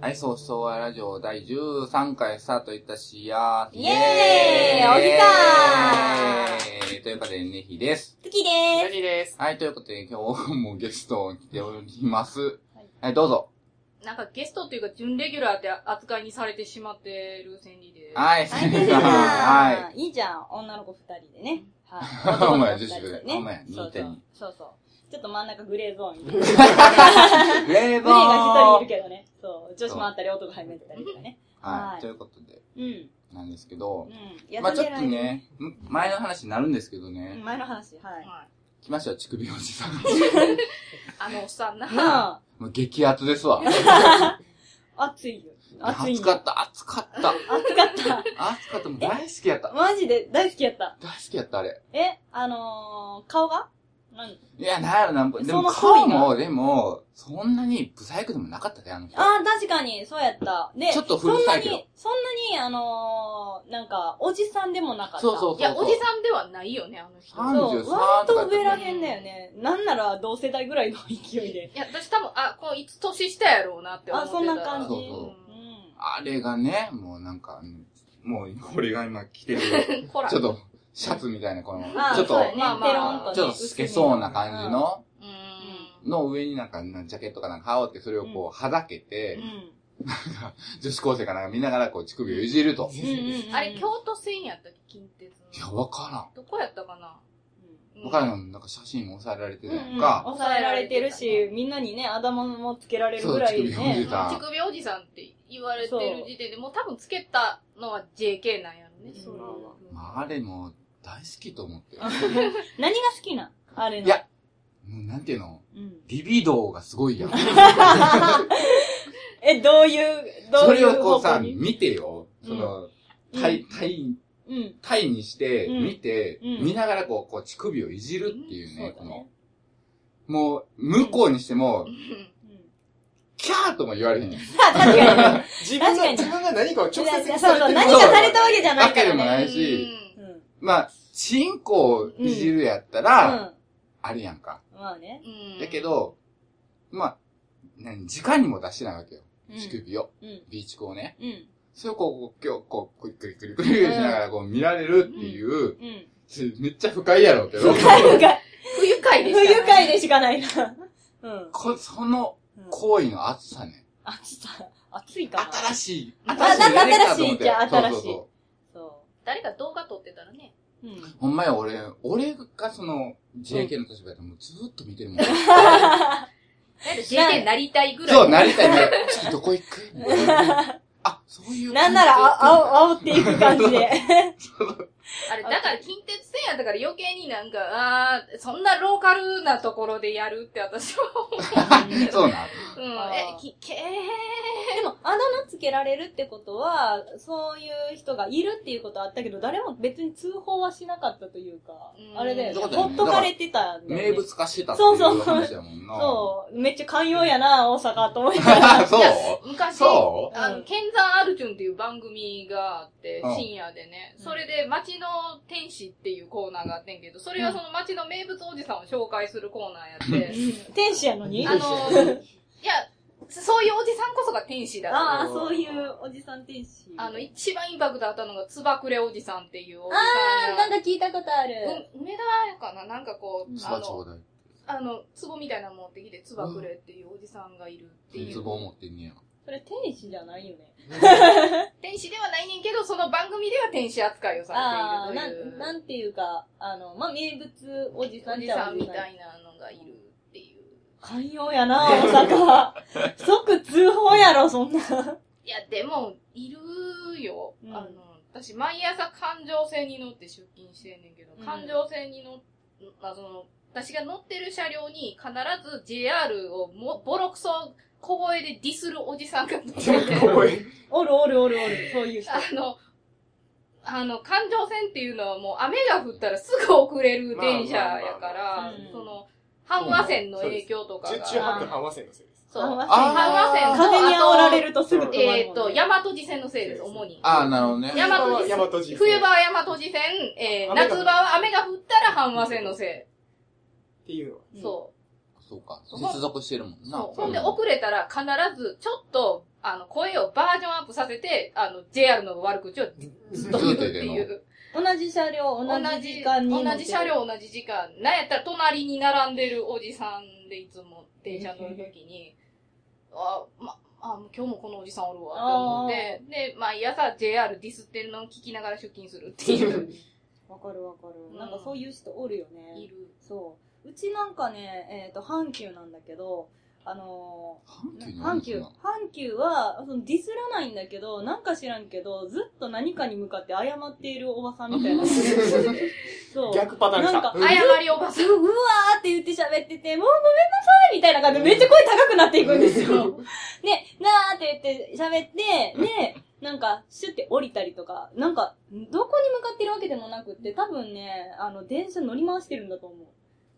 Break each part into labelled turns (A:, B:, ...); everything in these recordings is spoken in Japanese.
A: はい、そうそうはラジオ第13回スタートいったしや
B: イエーイお時間
A: イエーイということで、ねひです。
B: 好きで
C: ヤ
B: す。
C: ジです。
A: はい、ということで、今日もゲスト来ております。はい、どうぞ。
C: なんかゲストっていうか、準レギュラーって扱いにされてしまってる千里です。
A: はい、
B: はい、
A: し
B: 出て
A: ん
B: る
A: は
B: な。いいじゃん、女の子二人でね。 はい。
A: ほ
B: 男
A: んま
B: の
A: や
B: 子二人で
A: 女子ほんまや
B: ね。そうそう
A: 2.2。
B: そうそう。ちょっと真ん中グレーゾーンに。グレー
A: い。グレーゾーン
B: が一人いるけどね。そう。女子もあったり、男が入ってたりとかね。
A: は、
B: はいい
A: ということで、
B: うん。うん。
A: なんですけど、ま
B: 休
A: あ
B: ん
A: ちょ
B: で
A: っ
B: な
A: と
B: い。
A: ね、ん前の話になるんですけど
B: うん
A: ね、
B: 前の話、は
C: はい
A: 来ましたよ、乳首おじさん。
C: あのおっさ んな。
B: い。 な
A: もう激アツですわ。
B: あ、暑いよ。暑い
A: 暑
B: よ
A: かった、暑かった。
B: 暑かった。
A: 暑かった、もう大好きやった。
B: マジで大好きやった。
A: 大好きやった、あれ。
B: え、あのー、顔が何
A: いや、なんやろなんぼ、でも
B: その
A: 顔
B: 行為が
A: も、でも、そんなに不細工でもなかったで、あの人。
B: ああ、確かに、そうやった。で、
A: ちょっと古臭いけど
B: そんなに、そんなに、あのー、なんか、おじさんでもなかった。
A: そうそうそう。
C: いや、おじさんではないよね、あの人。
A: あん
C: い
B: そ
A: 33
B: う割
A: とか
B: と上らへんだよね。なんなら、同世代ぐらいの勢い で。
C: や、私多分、あ、こう、いつ年下やろうなって思っ
B: あ、
C: てた。
B: そんな感じ。
A: そうあれがね、もうなんか、もう、これが今着 てる、
C: うん。ほら。
A: ちょっと、シャツみたいな、この、
B: あー
A: ちょっと、
B: そうやね
C: まあまあ
B: ペロンとね
A: ちょっと透けそうな感じの、
C: うーん。
A: の上になんか、なジャケットかなんか羽織って、それをこう、はだけ
B: う
A: て、
B: ん。
A: 女子高生かなんか見ながら、こう、乳首をいじると。
B: うんうんうん。
C: あれ、京都線やったっけ近鉄
A: いや、
C: の。
A: わか
C: どこやったかな
A: らん。わから
C: ん。
A: ん。なんか写真も押さえられて
B: うん
A: たや
B: うんん、
A: か、
B: 抑えられてるし、みんなにね、あだ名もつけられるぐらい
A: そう乳首を見
B: ね
A: せ。た
C: 乳首おじさんって言われてる時点で、もう多分つけたのは JK なんやろね。
B: そう
C: うん
A: まあ、あれも、大好きと思って。
B: 何が好きなんあれの。
A: いや、もうなんていうの
B: うん。
A: リビドーがすごいやん。
B: え、どういう、ど
A: そう
B: い
A: れ
B: う
A: をこう
B: 方向
A: さ、
B: に
A: 見てよ。その、タイ、タイ、
B: うん。
A: タイにして、
B: うん
A: 見て、
B: うん
A: 見ながらこう、こう、乳首をいじるっていう
B: そ
A: ね
B: う、だ
A: こ
B: ね
A: の、。もう、向こうにしても
C: う、ん
B: うん
A: キャーとも言われへんやん。
B: 確か に。いや
D: 自
B: 確
D: 分
B: か
D: が、
B: に
D: 自分が何かを直接
B: いや
D: 的
B: そうそう、何かされたわけじゃないから、ね。
A: わけでもないし
C: うん
B: うん。
A: まあ、チンコをいじるやったら、あれやんか。
B: うん。まあね。
C: うん
A: だけ、ど、まあ、何、時間にも出してないわけよ。
B: うん
A: 乳首を。
B: うん。
A: ビーチコをね。
B: うん。
A: それをこう、こう今日、こう、クリクリクリクリクリしながら、こう、見られるっていう、
B: うん。
A: めっちゃ不快やろうけど。
B: 不快。
C: 不愉快で
B: 不
C: した、
B: 愉快でしかないな。うん。
A: こその
B: うん
A: 行為の熱さね。
B: 暑さ、暑いかな。
A: 新しい。
C: あ
A: 新しい。
B: 新しいじゃあ新しい
A: そうそうそ
B: そ
C: 誰か動画撮ってたらね。
B: う。うん
A: う。。ほんまや、俺、俺がその、JK の立場やったらもうずーっと見てるもん。
C: だって人生なりたいぐらい。
A: そう、なりたいね。ちょっとどこ行くみたいなあ、そういう。
B: なんなら、あ、あお、煽っていく感じで。
C: あれ、だから近鉄線やったから余計になんか、あー、そんなローカルなところでやるって私は思
A: あ、そうな。
C: う。うん。
B: あー
C: え、き、けー。
B: でも、あだ名つけられるってことは、そういう人がいるっていうことはあったけど、誰も別に通報はしなかったというか
C: う、ん
B: あれだよね。
A: そうだよね
B: ほっとかれてたんだよね
A: 名物化してたっていう話やもんな。
B: そう。めっちゃ寛容やな、大阪と思いながら。
A: あそう
C: 昔、
A: そう
C: あ
B: う
C: の、
B: ん
C: ケンザンアルジュンっていう番組があって
A: うん、
C: 深夜でね、
B: うん
C: それで街の天使っていうコーナーがあってんけど、それはその街の名物おじさんを紹介するコーナーやって、
B: 天使やのに
C: あの、いや、そういうおじさんこそが天使だ
B: ああ、
A: そう
B: そういうおじさん天使。
C: あの、一番インパクトあったのが、つばくれおじさんっていうおじ
B: あ
C: さ
B: ー
C: ん
B: なん
C: が、
B: か聞いたことある。
C: うん、梅田かななんかこう、
B: うん
A: つ
C: あ
A: ばちょう
C: の、
A: だい。
C: あの、壺みたいなの持ってきて、つばくれっていうおじさんがいるってい
A: つ
C: う。
A: ぼ持ってんねや。
B: それ天使じゃないよね。
C: 天使ではないねんけど、その番組では天使扱いを
B: あ
C: さ
B: あ、
C: れて
B: ない
C: るとい
B: ん、
C: う。
B: なんていうか、あの、まあ、名物おじさ
C: お
B: ん
C: じ
B: ちゃ
C: さ
B: うん
C: みた。いなのがいるっていう。
B: 寛容やな、大阪。即通報やろ、そんな。
C: いや、でも、いるよ。
B: うん
C: あの、私、毎朝環状線に乗って出勤してんねんけど、
B: うん
C: 環状線に乗っ、あその、私が乗ってる車両に必ず JR をも、ボロクソ小声でディスるおじさんが乗ってて、
B: おるおるおるおる、そういう人。
C: あの、あの、環状線っていうのはもう雨が降ったらすぐ遅れる電車や
B: まあま
C: か
B: あまあ
C: ら
B: まあ、
C: その、半和線の影響とかが。
D: 中半分半和線のせいです。
C: そう。
A: あ
C: ー
B: 風に煽られるとすぐ止まるもんね
C: えっ、と、大和路線のせいです、主に。
A: あー、なるほどね。
C: 大和路
D: 大和路線
C: 冬場は大和路線、えー、
D: 雨
C: 夏
D: が
C: 場は雨が降ったら半和線のせ
D: っていうのは。
C: い。そ
A: そうか。接続してるもん
C: う。
A: な
C: そう。ほんで、遅れたら必ず、ちょっと、あの、声をバージョンアップさせて、あの、JR の悪口をずっと言うってい
A: ずっと言う
C: う。
B: 同じ車両、同じ時間に乗ってる。
C: 同じ車両同じ時間。なんやったら隣に並んでるおじさんでいつも電車乗るときに、あ、ま、あ、もう今日もこのおじさんおるわって思って、で、毎朝 JR ディスってるのを聞きながら出勤するっていうう。
B: ん。わかるわか
C: うん
B: る。なんかそういう人おるよね。
C: いる。
B: そう。うちなんかね、えっ、と、阪急なんだけど、あのー
A: 阪
B: 阪
A: 急
B: 急、
A: な
B: 阪
A: の
B: 急は、そのディスらないんだけど、なんか知らんけど、ずっと何かに向かって謝っているおばさんみたいな。そう。
D: 逆パターン来
B: なん
D: た
B: か。
D: うん
C: 謝りおばさん。
B: ううわーって言って喋ってて、もうごめんなさいみたいな感じでめっちゃ声高くなっていくんですよ。ね、なーって言って喋って、ね、なんか、シュって降りたりとか、なんか、どこに向かってるわけでもなくって、多分ね、あの、電車乗り回してるんだと思う。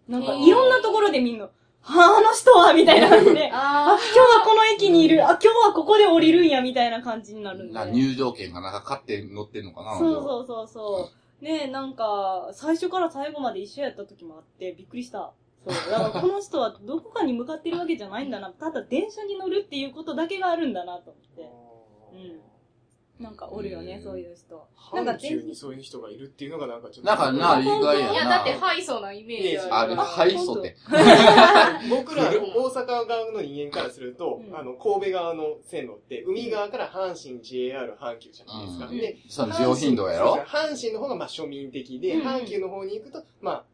B: なんか、
A: へー
B: いろんなところでみんな、ああの人はみたいな感じで、あ
C: あ
B: 今日はこの駅にいる、あ、今日はここで降りるんや、みたいな感じになるんで。
A: な入場券がなんか買って乗ってんのかな
B: そうそうそうそう。ねえ、なんか、最初から最後まで一緒やった時もあって、びっくりした。そう。だからこの人はどこかに向かってるわけじゃないんだな。ただ電車に乗るっていうことだけがあるんだなと思っうんて。なんかおるよね、そう
A: う。
B: いう人。なんか
D: 阪急にそういう人がいるっていうのがなんかちょっと。
A: なんかな、意外
C: あ。い
A: や
C: や、
A: な。
C: だってハイソーなイメージあ
A: あ
C: る
A: れ、
C: から。
A: ハイソって。
D: 僕ら大阪側の人間からすると、
B: うん
D: あの、神戸側の線路って、海側から阪神 JR 阪急じゃないですか。
A: うん
D: で、
A: その上品度やろ
D: 阪神そうですね阪神の方がまあ庶民的で、
B: うん
D: 阪急の方に行くと、まあ、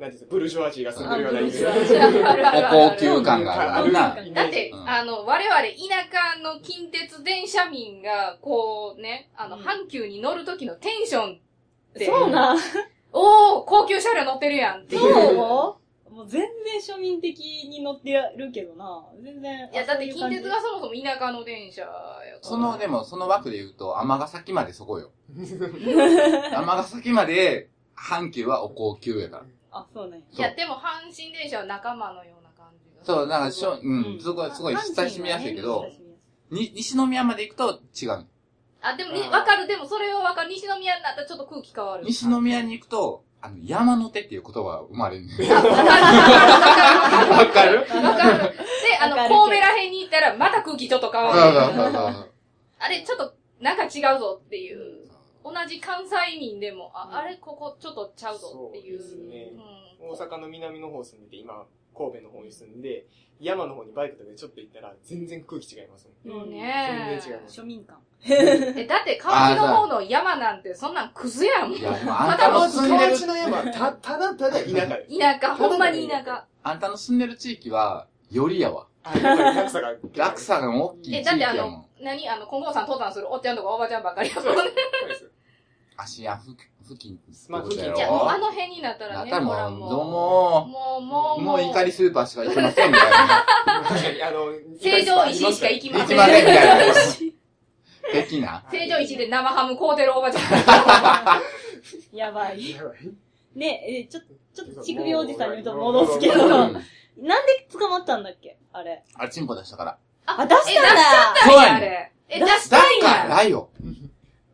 D: なんていうんですか、ブルジョアジーが住んでるような
B: あ
D: イ
B: ブ
D: メ
B: ル
D: ー
B: ジ
D: ジ
B: ョア
D: が
B: ジー
C: あるある あ
A: 高
C: る
A: 級感があるな。
B: 高級
C: だって、
A: うん
C: あの、我々田舎の近鉄電車民が、こうね、あの、
B: うん
C: 阪急に乗る時のテンションって、
B: そうなん。
C: おー、高級車両乗ってるやんってい。
B: そううもう全然庶民的に乗ってるけどな。全然。
C: いや、だって近鉄が
B: そう
C: そもそも田舎の電車やから。
A: その、でも、その枠で言うと、尼崎までそこよ。
B: いう感じ。
A: 尼崎まで、阪急はお高級やから。
B: あ、そうね。
C: いや、でも阪神電車は仲間のような感じが。
A: そう、なんかしょ、う、
B: うん
A: すごい、すごい親しみやすいけ
B: 阪神は
A: ど
B: ね、親しみやすい
A: に、西宮まで行くと違う。
C: あ、でも
D: う
C: ね、
D: ん
C: わかる。でもそれはわかる。西宮になったらちょっと空気変わる。
A: 西
C: わ
A: 宮に行くと、あの、山の手っていう言葉が生まれるね。
C: かるわかる
A: わかる
C: わ かる。で、あの、
B: わかるけど
C: 神戸ら辺に行ったらまた空気ちょっと変
A: そう
C: わる。
A: そうそうそう
C: あれ、ちょっと、なんか違うぞっていう。同じ関西民でも、あ、あれ、ここちょっとちゃうぞっていう。
D: そうですね
C: うん
D: 大阪の南の方住んでて、今、神戸の方に住んで、山の方にバイクとかでちょっと行ったら、全然空気違いますもん。
B: うん
C: もうね
D: 全然違います
B: 庶民感。
C: え、だって、川の方の山なんて、そんなんクズやもん。
A: いや、
C: 田
A: もうあんたの住んで
D: 河
A: る
D: 内の山 はた、ただただ田舎です。
C: 舎、ほんまに田舎。
A: あんたの住んでる地域は、よりやわ。
D: あ、やっぱり格差が。
A: 落差が大きい地
C: え、だっ
A: 域
C: てあ
A: やも
C: の
A: ん。、
C: 何あの、金剛さん登壇するおっちゃんとかおばちゃんばっかりや
D: そ
C: も
D: うんです。
C: ね
D: そうです。
A: 芦屋付近って
D: まあ
A: ことや
D: 付
A: ろ。
D: 近
C: いや、もうあの辺になったら
A: なっ
C: ね、
A: たら
C: ほ
A: も
C: ら
A: う、
C: もう。
A: どうも
C: もう、もう、
A: もう怒り
C: す
A: スーパーしか行けませんみたいな。
D: 確かに、あの、
C: 成城石井しか行きま
A: 行
C: せ
A: き
C: ん。
A: ませんみたいな。 的な。
C: 成城石井で生ハム買うてる おばちゃ
B: や
C: ん。
B: ばい。
D: やばい
B: ねえ、ちょ、ちょっと乳首おじさんにちょっと戻すけど、
D: う
B: なん
A: う
B: で
A: ん
B: 捕まったんだっけあれ。
A: あれ、チンポ出したから。
B: あ、出し
C: え、出
B: たん
C: しちゃ
B: だ
C: ったんや、あれ。え、出し
A: だ
C: たん
A: か
C: や。
A: らよ。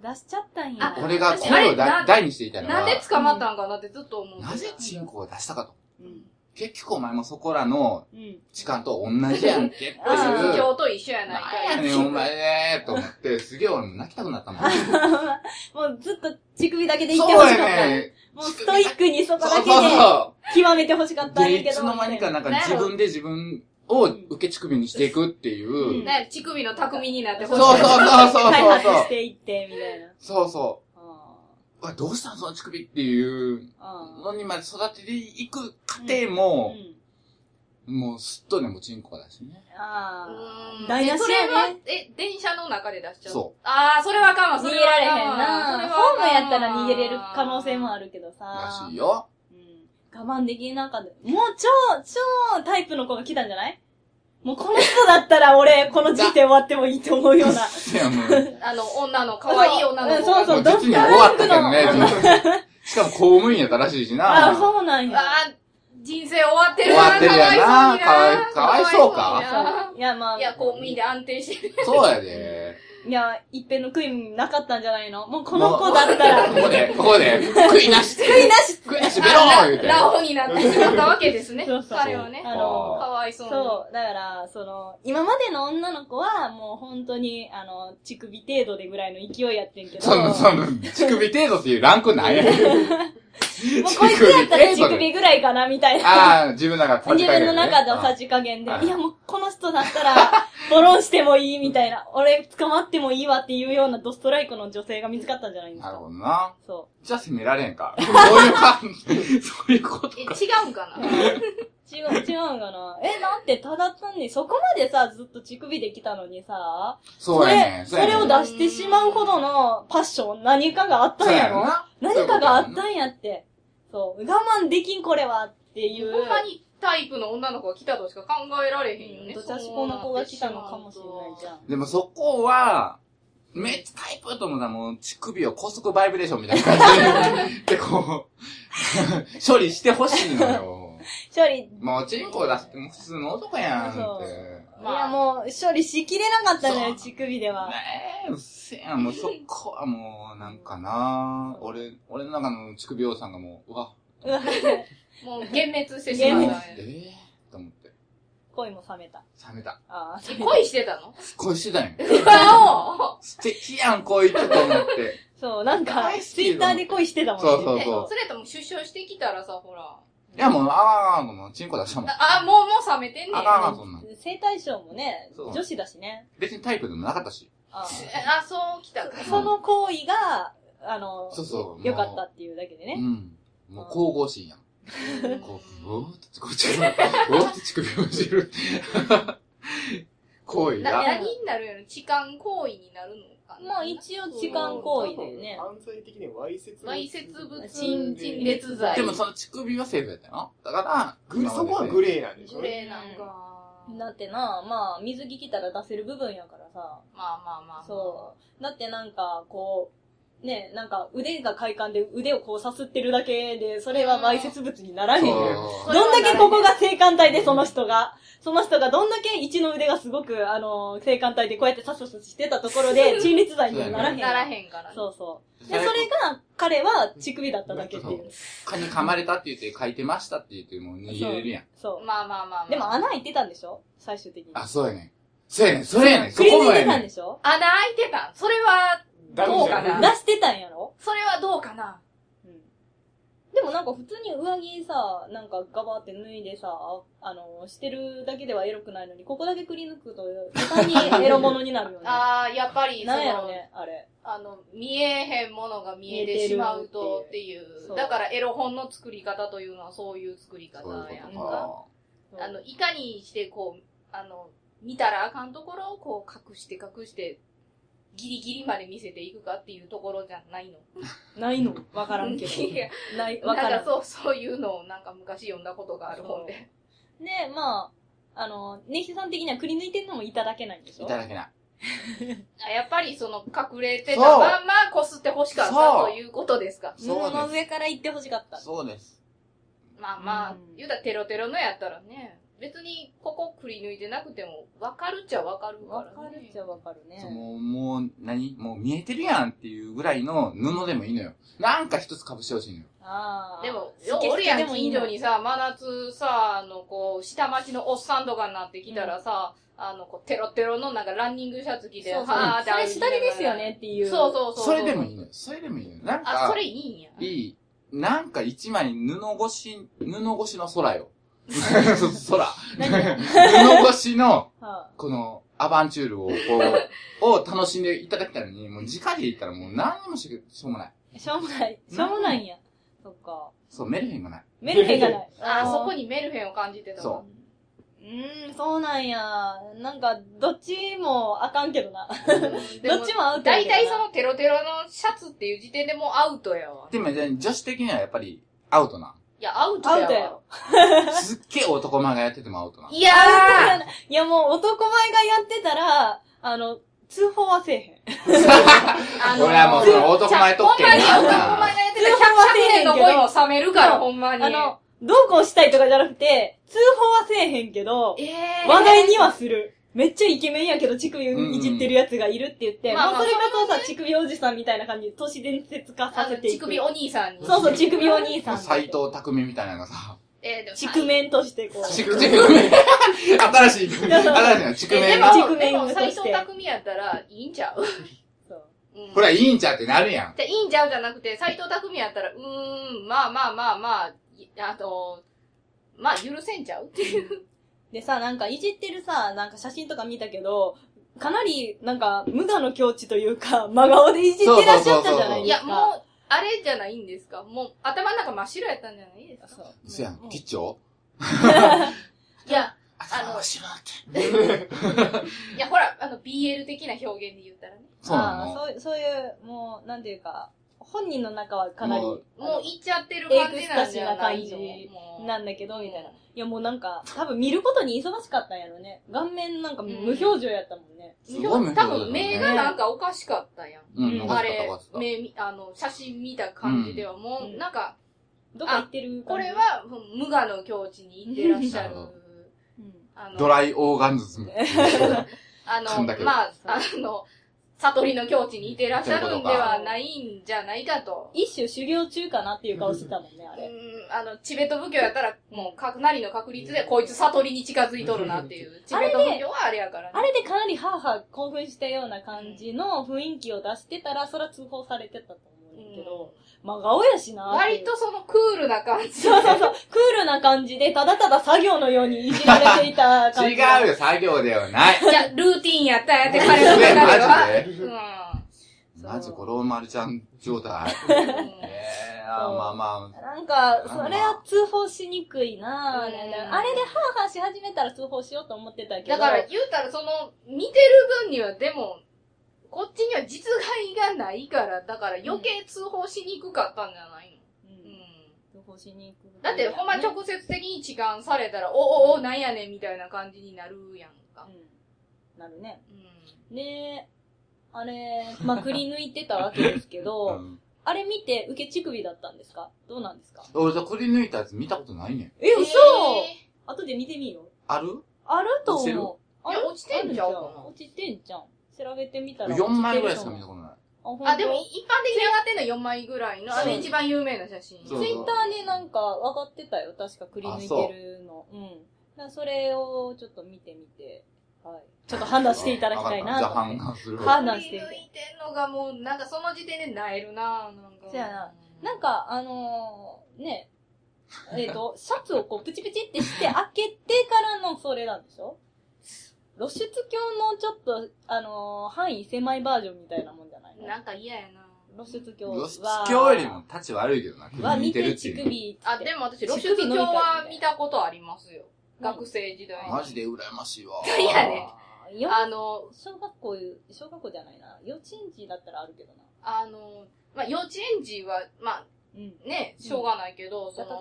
B: 出しちゃったん
C: や
B: や。
A: 俺が声をだ大にしていたの
C: な
A: は
C: ん、で捕まったんかなってずっと思う。
A: なぜチンコを出したかと。
B: うん。
A: 結局お前もそこらの
B: うん。
A: 痴漢と同じやんけっていう。
B: あー
C: 卒業と一緒やないかい。
A: なんやねんお前ねと思って、すげえ俺も泣きたくな ったもん。
B: もうずっと乳首だけでいってほ
A: そうや
B: しかった。
A: ね。
B: もうストイックにそ
A: そ
B: こ
A: う
B: だ
A: そう
B: けで
A: そ
B: 極めてほしかっ
A: う。
B: たん
A: で、
B: や
A: い
B: け
A: つ
B: ど。
A: の間にかなんか自分で自分を受け乳首にしていくっていう。
B: うん
C: ね、乳首の巧みになって
A: そ
C: ほ
A: う
C: し
A: そう
C: い。
A: そうそう
B: 開
A: そう
B: 発
A: そう
B: し。ていって、みたいな。
A: そうそ
B: あ
A: う。うわ、どうしたんその乳首っていう
B: ーあ
A: のにまで育てていく過程も
B: ー。う、ん。
A: もうすっとね、もうチンコだしね。
B: あ
C: う
B: あ。
C: ん
B: 台無
C: えそ
B: し
C: れ
B: や
C: は
B: ね。、
C: え、電車の中で出しちゃう。。
A: そう
C: あー、それはあかんわ、そ
B: 逃
C: れ
B: げ
C: は
B: ら
C: あ
B: れへん
C: かんわ。
B: な。ホームやったら逃げれる可能性もあるけどさ。
A: らしいよ。
B: うん我慢できなかった。もう超、超タイプの子が来たんじゃないもうこの人だったら俺、この人生終わってもいいと思うような。
A: いや、もう、
C: あの、女の、可愛い女の子が。
B: そうそう
A: もう実に終わったけどね。しかも公務員やったらしいし
B: あ
A: な。
B: そうなんや。
C: あー、人生終わってる
A: 終わってるやな
C: かわいそうにな
A: かわいかわいそうか
C: かわいそうにない
B: や、まあ。
C: いや、公務員で安定してる。
A: そうやで。
B: いや、一遍の悔いなかったんじゃないのもうこの子だったら。
A: ここで、ここで、悔いなし、悔いなし、悔いなし、ベローン言うて。
C: ラオウになってしまったわけですね。
B: そうそう
C: 彼はね。
B: あ
A: あ
B: の
A: ー
C: かわいそうに。
B: そう、だから、その、今までの女の子は、もう本当に、あの、乳首程度でぐらいの勢いやってんけど、
A: その、そ
B: も
A: の、
B: う
A: 乳首程度っていうランクないやん。
B: こいつやったら
A: 乳首程
B: 乳
A: 度で
B: 首ぐらいかな、みたいな。
A: ああ、自分の中で
B: 自分の中のさ
A: さじ
B: じ加減で
A: あ、
B: いやもうこの人だっ たら、ボロンしてもいいみたいな、俺捕まってもいいわっていうようなドストライクの女性が見つかったんじゃないんです
A: なるほ
B: か。
A: どな。
B: そ
A: じゃあ責められんか。そういう感じ。そういうこと
C: え、違
A: か。
C: うんかな
B: う。違う、違うんかな。え、なんてただ単に、そこまでさ、ずっと乳首できたのにさ、
A: そうやねん。
B: そ
A: や
B: れ、
A: ねん
B: それを出してしまうほどのパッション、何かがあった
A: そうんやね
B: や
A: ん
B: ろ
A: な
B: 何かがあったんやって。そう。我慢できんこれはっていう。
C: ほんまにタイプの女の子が来たとしか考えられへんよね。
B: ドチャシコの子が来たのかもしれないじゃん。
A: でもそこは、めっちゃタイプと思ったらもう乳首を高速バイブレーションみたいな感じで、でこう、 処理してほしいのよ。
B: 処理、
A: もうチンコ出しても普通の男やんって。
B: そう
C: まあ
B: いやもう処理しきれなかったの
A: そ
B: よ、
A: う
B: 乳首では。
A: ねえ、うっせえな。もうそこはもう、なんかな俺、俺の中の乳首王さんがもう、うわ、
B: うわ
C: もう、幻滅してし
A: え
C: ま
B: 幻滅
C: うた
A: え
C: ね。
A: ーと思って。
B: 恋も冷めた。
A: 冷めた。
B: ああ、
C: え恋して たの
A: 恋してたんや。
C: そ
A: 素敵やん、恋ってと思って。
B: そう、なんか
A: 大好、き
B: ツイッターで恋してたもんね。
A: そうそう
C: う
A: そう
C: そ。れとも出生してきたらさ、ほら。
A: いやもう、ああ、もう、チンコ出したもん。
C: あ、あもう、もう冷めてんねん。
A: あかん
C: あ、
A: わそんなん
B: 生体賞もね、
A: そう
B: 女子だしね。
A: 別にタイプでもなかったし。
B: あ
C: そう来たか
B: あ。その行為が、あの、
A: そうそう。
B: 良かったっていうだけで
A: う
B: ね。
A: ん。もう神々しいやん。
C: ら。
A: こう、うおーっと、こっちが、うおーっと乳首を知る。行為
C: な、
A: が。
C: 何になるやろ痴漢行為になるのかな
B: まあ一応痴漢行為だよね。
D: 犯罪的にわいせつ
C: わいせつ物
B: 侵
C: 侵略罪
A: でもその乳首はセーフやったよな。だから、
D: グレそこはグレーなんでしょ
C: グレーなんか。
B: だってな、まあ水着着たら出せる部分やからさ。
C: まあまあまあ。
B: そう。だってなんか、こう、ね、なんか腕が快感で腕をこうさすってるだけで、それは埋設物にならへんよ。
A: そ
C: そうう
B: どんだけここが性感帯でその人が、その人がどんだけ一の腕がすごく、あの、性感帯でこうやってサスサスしてたところ で、陳列罪にはならへん。
C: ならへんからね。
B: そうそう。で、それが、彼は乳首だっただけっていう。
A: 蚊に噛まれたって言って書いてましたって言ってもう逃げれるやん。
B: そ
C: まあまあまあまあ。
B: う。でも穴開いてたんでしょ最終的に。
A: あ、そうやねん。そうやねん、それやねん、そ
B: くり
A: こ
B: 抜
A: もや
B: いてた
A: ね
B: ん
A: ん
B: で。しょ
C: 穴開いてたんそれは、
D: ダメ
C: どう
D: じゃ
C: か
D: ん
C: な
B: 出してたんやろ
C: それはどうかな
B: うんでもなんか普通に上着さ、なんかガバって脱いでさ、あの、してるだけではエロくないのに、ここだけくり抜くと、途端にエロものになるよね。
C: ああ、やっぱり、そ
B: なんやろ
C: の、
B: ね、あれ。
C: あの、見えへんものが見えてしまうとってい。
B: そうう
C: だから、エロ本の作り方というのはそういう作り方
A: そうい
C: や
A: うんこと
C: か。
A: か。
C: あの、いかにして、こう、あの、見たらあかんところを、こう、隠して隠して、ギリギリまで見せていくかっていうところじゃないの。
B: ないのわからんけど。
C: いや
B: ない、わ
C: なん
B: から
C: か
B: ん。
C: そう、そういうのをなんか昔読んだことがある本で。
B: で、まあ、あの、ネヒさん的にはくり抜いてんのもいただけないんでし
A: い
B: ょ
A: ただけない。
C: あやっぱりその隠れてた
A: そう
C: まんまこすって欲しかった
A: そう
C: ということですか。
B: 布の
A: そうで
B: 上から行ってほしかった
A: す。。そうです。
C: まあまあ、
B: うん
C: 言うたらテロテロのやったらね、別にここくり抜いてなくても分かるっちゃ分かるから
B: わ
C: ね。
B: かるっちゃわかるね
A: そ。のもう、何もう見えてるやんっていうぐらいの布でもいいのよ。なんか一つ被してほしいのよ。
B: ああ。
C: でも、
B: スケ
C: よ
B: スケ
C: うおるや
B: で
C: ん、
B: もいい
C: 近
B: の
C: 所にさ、真夏さ、あの、こう、下町のおっさんとかになってきたらさ、あの、こう、テロテロのなんかランニングシャツ着て、
B: そうそう。
C: はーって
B: それ
C: 歩いて
B: 下
C: たら
B: 着ですよねっていう。
C: そうそうそう。
A: それでもいいのよ。それでもいいのよ。なん
C: あ、
A: か
C: そ、れいいんや。
A: いい、なんか一枚布越し、布越しの空 よ。空。布越しの、
B: は
A: この、アバンチュールを、 こう、を楽しんでいただきたいのに、もう直で言ったらもう何にもししょうもない。
B: あしょうもない。しょうもないんや。そっか。
A: そう、メルヘンがない。
B: メルヘンがない。
C: あー、そこ
B: に。
C: にメルヘンを感じてたわ
A: そう
B: ーん、そうなんや。なんか、どっちもあかんけどな。
C: うんでも
B: どっちもアウトや
C: 大
B: けどな。
C: 体そのテロテロのシャツっていう時点でもうアウトやわ。
A: でも、じゃあ女子的にはやっぱり、アウトな。
C: いや、アウト
B: アウト
C: や
B: や
C: わ
B: ろ。。
A: すっげえ男前がやっててもアウト な。
C: いやー
B: いやもう男前がやってたら、あの、通報はせえへん。
C: あ
A: 俺はもうその男前特権
C: ほんまに
A: や
C: 男
A: な
C: 前がやってたら100年の恋も冷めるから、ほんまに。
B: あの、どうこうしたいとかじゃなくて、通報はせえへんけど、
C: えー
B: 話題にはする。めっちゃイケメンやけど乳首いじってるやつがいるって言って、
C: うん
B: まあ、
C: まあ
B: それこそさ、乳首おじさんみたいな感じで都市伝説化さ
C: あの
B: せてい
C: 乳
B: く。
C: 首お兄さんに。
B: そうそう、乳首お兄さん。
A: 斎藤匠みたいなのがさ、
C: えーでも
B: 乳面としてこう。
A: ちくちくめ。新しい、新しいな、ちく
C: え
A: め
C: で
A: が。
B: 乳
C: も、
B: 首
C: でも、
B: として
C: 斎藤匠やったら、いいんちゃう
B: そう
C: うん
A: これはいいんちゃうってなるやん。
C: じゃあいいんちゃうじゃなくて、斎藤匠やったら、うーん、まあまあまあまあ、いあと、まあ許せんちゃうっていう。
B: でさ、なんかいじってるさ、なんか写真とか見たけど、かなり、なんか、無我の境地というか、真顔でいじってらっしゃったじゃない
A: そう
C: い
B: ですか。
C: や、もう、あれじゃないんですかもう、頭の中真っ白やったんじゃないです
B: そ
C: か
B: う
A: そやん、吉兆
C: いや、
A: あ
C: あ
A: の、
C: の
A: 知らんって。
C: いや、ほら、あの、BL 的な表現で言ったらね。
A: そうな
B: あ
A: の
B: ーそうそういう、もう、なんていうか、本人の中はかなり、
A: もう
C: もう、いっちゃってる感じなん
B: エク
C: じゃないの
B: スタシーな感じ
C: もう
B: なんだけど、みたいな。いや、もうなんか、多分見ることに忙しかったんやろね。顔面なんか無表情やったもんね。
A: すごい目
C: 多分、目がなんかおかしかったやん。
A: う
B: うん
A: ん、
C: あ
A: 残ってた、
C: れ
A: 残って、た。
C: 目み、あの、写真見た感じでは、も
B: う
C: う、
B: ん
C: なんか、
B: どこ行ってる
C: これ
B: 感
C: は、もう無我の境地に行ってらっしゃる
A: うん。
B: じ
C: あの
A: ドライオーガン ズム。
C: あ
A: 噛
C: の
A: んだけ、ど
C: まあ、あの、悟りの境地にいてらっしゃるんではないんじゃないかと。
B: 一種修行中かなっていう顔してたもんね、あ
C: う
B: れ。
C: ん、あの、チベット仏教やったら、もう、かなりの確率で、こいつ悟りに近づいとるなっていう。チベット仏教はあれやから
B: あ
C: ね。
B: れでかなりハーハー興奮したような感じの雰囲気を出してたら、そら通報されてたと思うんだけど、真顔やしなーってい
C: 割
B: う。
C: とそのクールな感じ。
B: そうそうそう、クールな感じで、ただただ作業のようにいじられていた感
A: 違
B: じ。
A: うよ、作業ではない。
C: じゃあ、ルーティンやったんやって、
A: マジ
C: 彼の
A: で、
C: 中では。
A: マジで。
C: うん。そう
A: マジ、五郎丸ちゃん状態。
C: うん
A: えー、あーまあまあ。
B: なんか、それは通報しにくいなぁ。あ
C: う
B: れ
C: ん
B: でハーハーし始めたら通報しようと思ってたけど。
C: だから、言うたら、その、見てる分には、でも、こっちには実害がないから、だから余計通報しにくかったんじゃない
B: う、
C: のうんん。
B: 通報しに行く。
C: だって、ほんま
B: う
C: 直接的に痴漢されたら、おおお、なんやねんみたいな感じになるやんか。
B: んなるね。
C: うん。
B: で、あれ、まあ、くり抜いてたわけですけ
A: う
B: ど、
A: ん、
B: あれ見て、受け乳首だったんですかどうなんですか
A: 俺じゃあくり抜いたやつ見たことないねん。
B: え、嘘、
C: え
B: 後で見てみよう。
A: ある
B: あると
A: 落ちてる
B: 思う。
C: いや落ちてんちゃうかな
B: あるじ落ちてんじゃん。調べてみたら。
A: 4枚ぐらいしか見
B: た
A: たことない。
B: あ
C: ーあ、でも、一般的に上がってんのは4枚ぐらいの、あの、
A: うん
C: 一番有名な写真。
A: そう
B: ツイッターになんか上がってたよ。確かくり抜いてるの。うん。だからそれをちょっと見てみて、はい。ちょっと判断していただきたいな
A: じゃ
B: と
A: あ
B: 思っ
A: 判
B: て。
A: 断する
B: は
A: わ。
B: 判断し
C: 振
B: て
C: り
B: み
C: 抜
B: て
C: いてんのがもう、なんかその時点でなえるなぁ、なんか。
B: そやな。なん、か、あのーね、えっ、と、シャツをこう、プチプチってして開けてからのそれなんでしょ露出鏡のちょっと、あのー範囲狭いバージョンみたいなもんじゃないの
C: なんか嫌やな
B: 露出鏡
A: 露
B: は。
A: 出鏡よりも立ち悪いけどな、くり
B: は
A: 抜い
B: 見
A: てる
B: て、
A: って
B: 乳
A: い
B: 首
A: うの。
C: あ、でも私、露出
B: 乳首のみ
C: 鏡
B: たいな
C: は見たことありますよ。学生時代に。
A: マジで羨ましいわ。
C: いやね
B: あーよ
C: あの、
B: 小学校、小学校じゃないな。幼稚園児だったらあるけどな。
C: あの、まあ、幼稚園児は、ま
B: うん。
C: あ、ね、しょうがないけど、そ
B: タタタ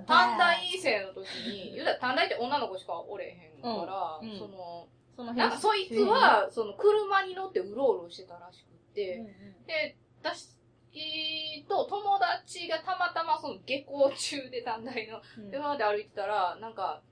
C: の、
B: タ
C: 短大生の時に、言うたら短大って女の子しかおれへんから、
B: うんうん
C: その、
B: その
C: なんかそいつは、その、車に乗ってうろうろしてたらし
B: う
C: く
B: ん
C: て、
B: う
C: で、私と友達がたまたまその下校中で短大の、
B: ん
C: で、まで歩いてたら、なんか、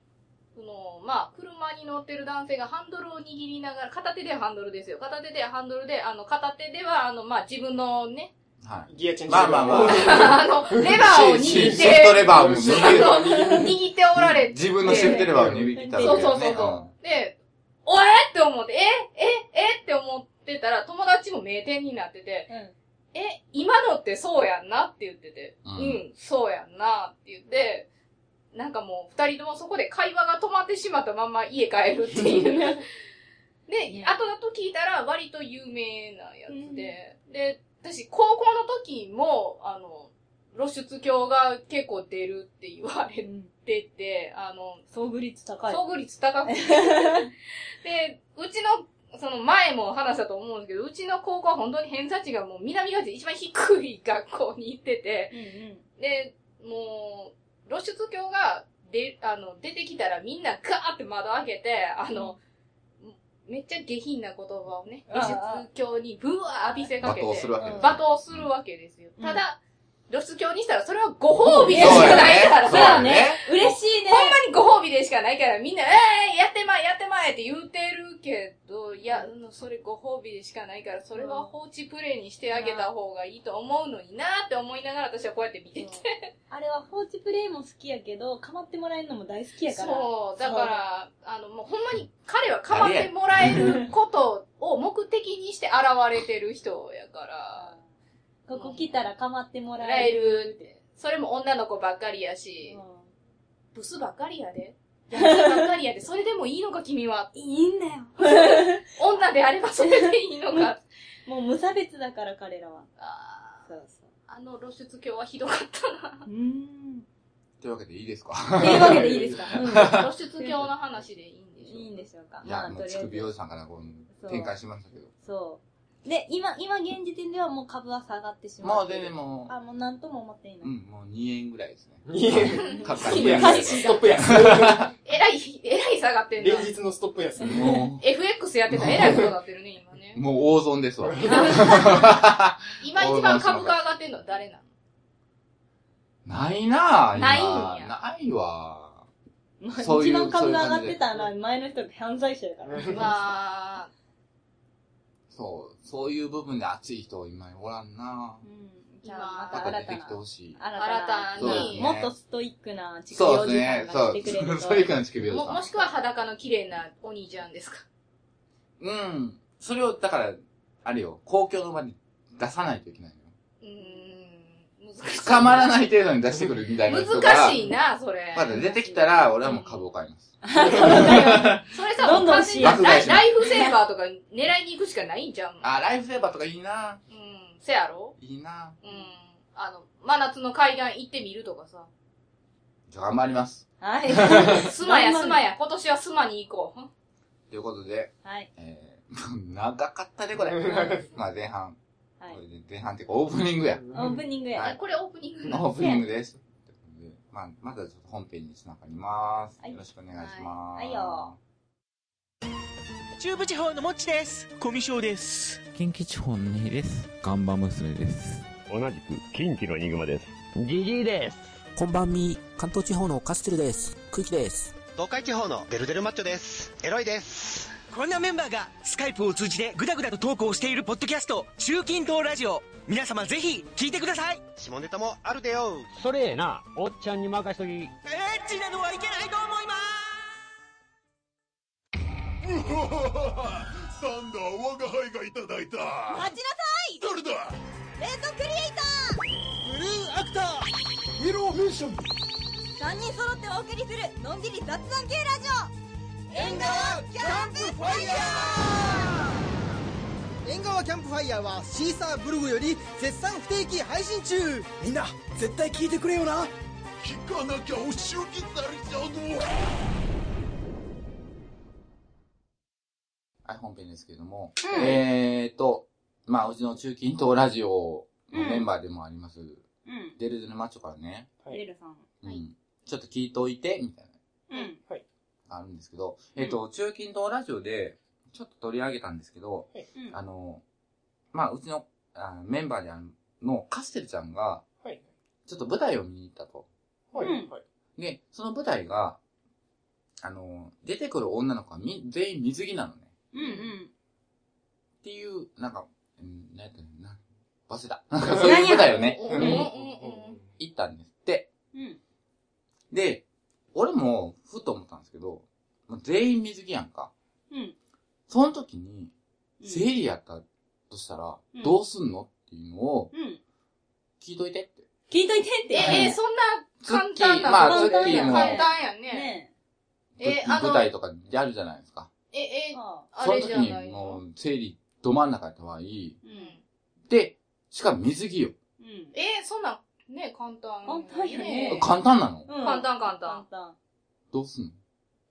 C: その、まあ、車に乗ってる男性がハンドルを握りながら、片手でハンドルですよ。片手でハンドルで、あの、片手では、あの、まあ、自分のね、
A: は
D: ギアチェンジ。
A: まあまあま あ
C: あの、レバーを握っ
A: い。
C: て、
A: シシフトレバーも
D: シ
C: あ
A: 握
C: の握っておられて、
A: 自分のシフトレバーを握ったわけ
C: そう
A: よ
C: そうそう
A: ね。
C: そで、おえって思って、えええって思ってたら、友達も名店になってて、え、今のってそうやんなって言ってて、
A: う
C: うんん、そうやんなって言って、なんかもう二人ともそこで会話が止まってしまったまんま家帰るっていう。
B: い
C: で、
B: や
C: 後だと聞いたら割と有名なやつで、で、私高校の時も、あの、露出鏡が結構出るって言わ
B: う
C: れ
B: ん。
C: てて、あの、
B: 遭遇率高い。
C: 遭遇率高くて。で、うちの、その前も話したと思うんですけど、うちの高校は本当に偏差値がもう南側で一番低い学校に行ってて、
B: うんうん。
C: で、もう、露出鏡が出、あの、出てきたらみんなガーって窓開けて、あの、めっちゃ下品な言葉をね、露
B: ああ
C: 出鏡にブワー浴びせかけ
A: 罵倒
C: て、
A: するわけ
B: う
A: よ
B: ん
C: 罵倒するわけですよ。
B: うん
C: ただ、露出狂にしたら、それはご褒美でしかないから
A: そ
C: さ、
A: うだよ
B: だよ
A: ね
B: ね。嬉しいね。
C: ほんまにご褒美でしかないから、みんな、ええやってまえ、やってまえって言うてるけど、いや、うんそれご褒美でしかないから、それは放置プレイにしてあげた方がいいと思うのになって思いながら私はこうやって見てて。
B: あれは放置プレイも好きやけど、かまってもらえるのも大好きやから。
C: そう、だから、あの、もうほんまに彼はかまってもらえることを目的にして現れてる人やから。
B: ここ来たらかまっても
C: も
B: ら
C: ら
B: え
C: え
B: る。
C: るって。それも女の子ばっかりやし、
B: う
C: ブスばっかりやで。ブスばっかりやで。それでもいいのか君は。
B: んいいんだよ。
C: 女であればそれでいいのか。
B: もう無差別だから彼らは。
C: あー
B: そうそ
C: あの露出狂はひどかったな。
B: う。うん。
A: というわけでいいですか
B: というわけでいいですか。
C: 露出狂の話でいいん
B: うん。
C: でしょ
B: いいんでしょうか。
A: いや、もう、
B: とり
A: 乳
B: あえ
A: 首お
B: ず。
A: じさんからこう展開しましたけど。
B: そう。で、今、今現時点ではもう株は下がってしま
A: も
B: っ
A: う
B: てい
A: 全
B: る。
A: 然も
B: あ、もうなんとも思っていな
A: う、う
B: い。
A: ん、もう2円ぐらいですね。
D: 2
A: かか
B: い
A: る
B: や
A: や
B: い
A: つ。
B: や
D: ストップ安。
C: えらい、えらい下がってんな
D: 連。日のストップ安。
A: も
C: FX やってたらえらいことになってるね、今
A: う、
C: ね。
A: もう大損ですわ。
C: 今一番株価上がってんのは誰なの
A: ないなぁ、今
C: ないんや
A: ないわ。
B: まあ
A: そういう
B: 一番株が上がってたのは前の人が犯罪者やから。
C: まあ、
A: そう、そういう部分で熱い人今おらんなぁ。
B: うん。じゃあま
A: ま
B: た
A: た
B: 新
A: 出
B: た
A: てきて
B: な
A: ほ。しい。
B: 新た
C: 新
A: た
B: な、
A: に
B: もっとストイックな地
A: そ
B: 球
A: う
B: お
A: で
B: じ
A: す
B: さ
A: ね
B: ん。
A: そう。
B: が来てくれる と。
A: そういう感じ、首を
C: も、
A: さ
C: もしくは裸の綺麗なお兄ちゃんですか。
A: うん。それを、だから、あれよ、公共の場に出さないといけないのよ。
C: うーん、難しい。
A: 捕まらない程度に出してくるみたいな人が。
C: 難しいな、それ。
A: まだ出てきたら、俺はもう株を買います。
C: それさ、
B: どんどん
C: もう完全にラ
A: 爆買いします
C: ライフセーバーとか狙いに行くしかないんじゃん。
A: あ、ライフセーバーとかいいな
C: うん、せやろ
A: いいな
C: うん。あの、真夏の海岸行ってみるとかさ。
A: じゃあ頑張ります。
B: はい。
C: スマや、
B: 頑張
C: ス
B: る
C: マや。今年はスマに行こう。
A: ということで、
B: はい。
A: えー、 長かったね、これ。 まあ前半。
B: はい
A: こ。れで前半っていうかオープニングや。
B: オープニングや。
A: は
C: はいい、これオープニングな
A: オープニングです。ということでまあ、まずはちょっと本編につながります。
B: はい
A: よろしくお願いします。
B: はいはいよ
E: 中部地方のもっちですコミショです
F: 近畿地方の二です。ガンバ娘です。
G: 同じく近畿のエニグマです。
H: ジジイです。
I: こんばんみ、関東地方のカステルです。空気です。
J: 東海地方のデルデルマッチョです。エロいです。
E: こんなメンバーがスカイプを通じてグダグダとトークをしているポッドキャスト中近東ラジオ皆様ぜひ聞いてください
J: 下ネタもあるでよ。
H: それええな、おっちゃんに任しとき。
E: エッチなのはいけないと思います
K: サンダー我が輩がいただいた
B: 待ちなさ
K: どれだ
B: いレッドクリエイターブルーアクターイエローフィッション !3 人揃ってお送りする、のんびり雑談系ラジオ縁側キャンプファイヤ
E: 縁側キャンプファイヤーはシーサーブログより絶賛不定期配信中みんな絶対聞いてくれよな
K: 聞かなきゃお仕置きされちゃうぞ。
A: はい、本編ですけれども。えーと、まあ、うちの中近東ラジオのメンバーでもあります、
B: うん。
A: デルデルマッチョからね、
D: はい
B: レルさん。
C: はい
A: うん、ちょっと聞いといて、みたいな。
B: うん。
A: あるんですけど、えっ、と、中近東ラジオで、ちょっと取り上げたんですけど、
B: うん
A: あの、まあ、うちのあメンバーであの、カステルちゃんが、
D: はい。
A: ちょっと舞台を見に行ったと。
D: はい。
B: うん
D: はい。
A: で、その舞台が、あの、出てくる女の子はみ全員水着なのね。
B: うんうん。
A: っていう、なんか、うん、なんやったっけな、忘れた。なんかそういう舞台をね、
C: うんうんうんうん。
A: 行ったんですって。
B: うん。
A: で、俺も、ふと思ったんですけど、まあ全員水着やんか。
B: うん。
A: その時に、
B: うん
A: 生理やったとしたら
B: うん、
A: どうすんのっていうのを、
B: うん。
A: 聞いといてって。
B: 聞いといてって。
C: え、え、そんな簡単な
A: まあ、ツ
B: 簡
A: ッ
B: 単
A: キー
B: や
A: も、
C: 簡単やね。
B: ね
C: え、あ
A: 舞
C: の、
A: 台とかやるじゃないですか。
C: え、え
B: え。、ああ
C: あ
A: その
C: れ
A: 時
C: じゃない
A: に、
C: の
A: もう、生理、ど真ん中やった場合、
B: うん。
A: で、しかも水着よ。
B: うん。
C: え、そんなん、ね、簡単。
B: 簡単やねえ
A: 簡単なの
B: うん
C: 簡単簡
B: 簡
C: 単。
B: 単。
A: どうすんの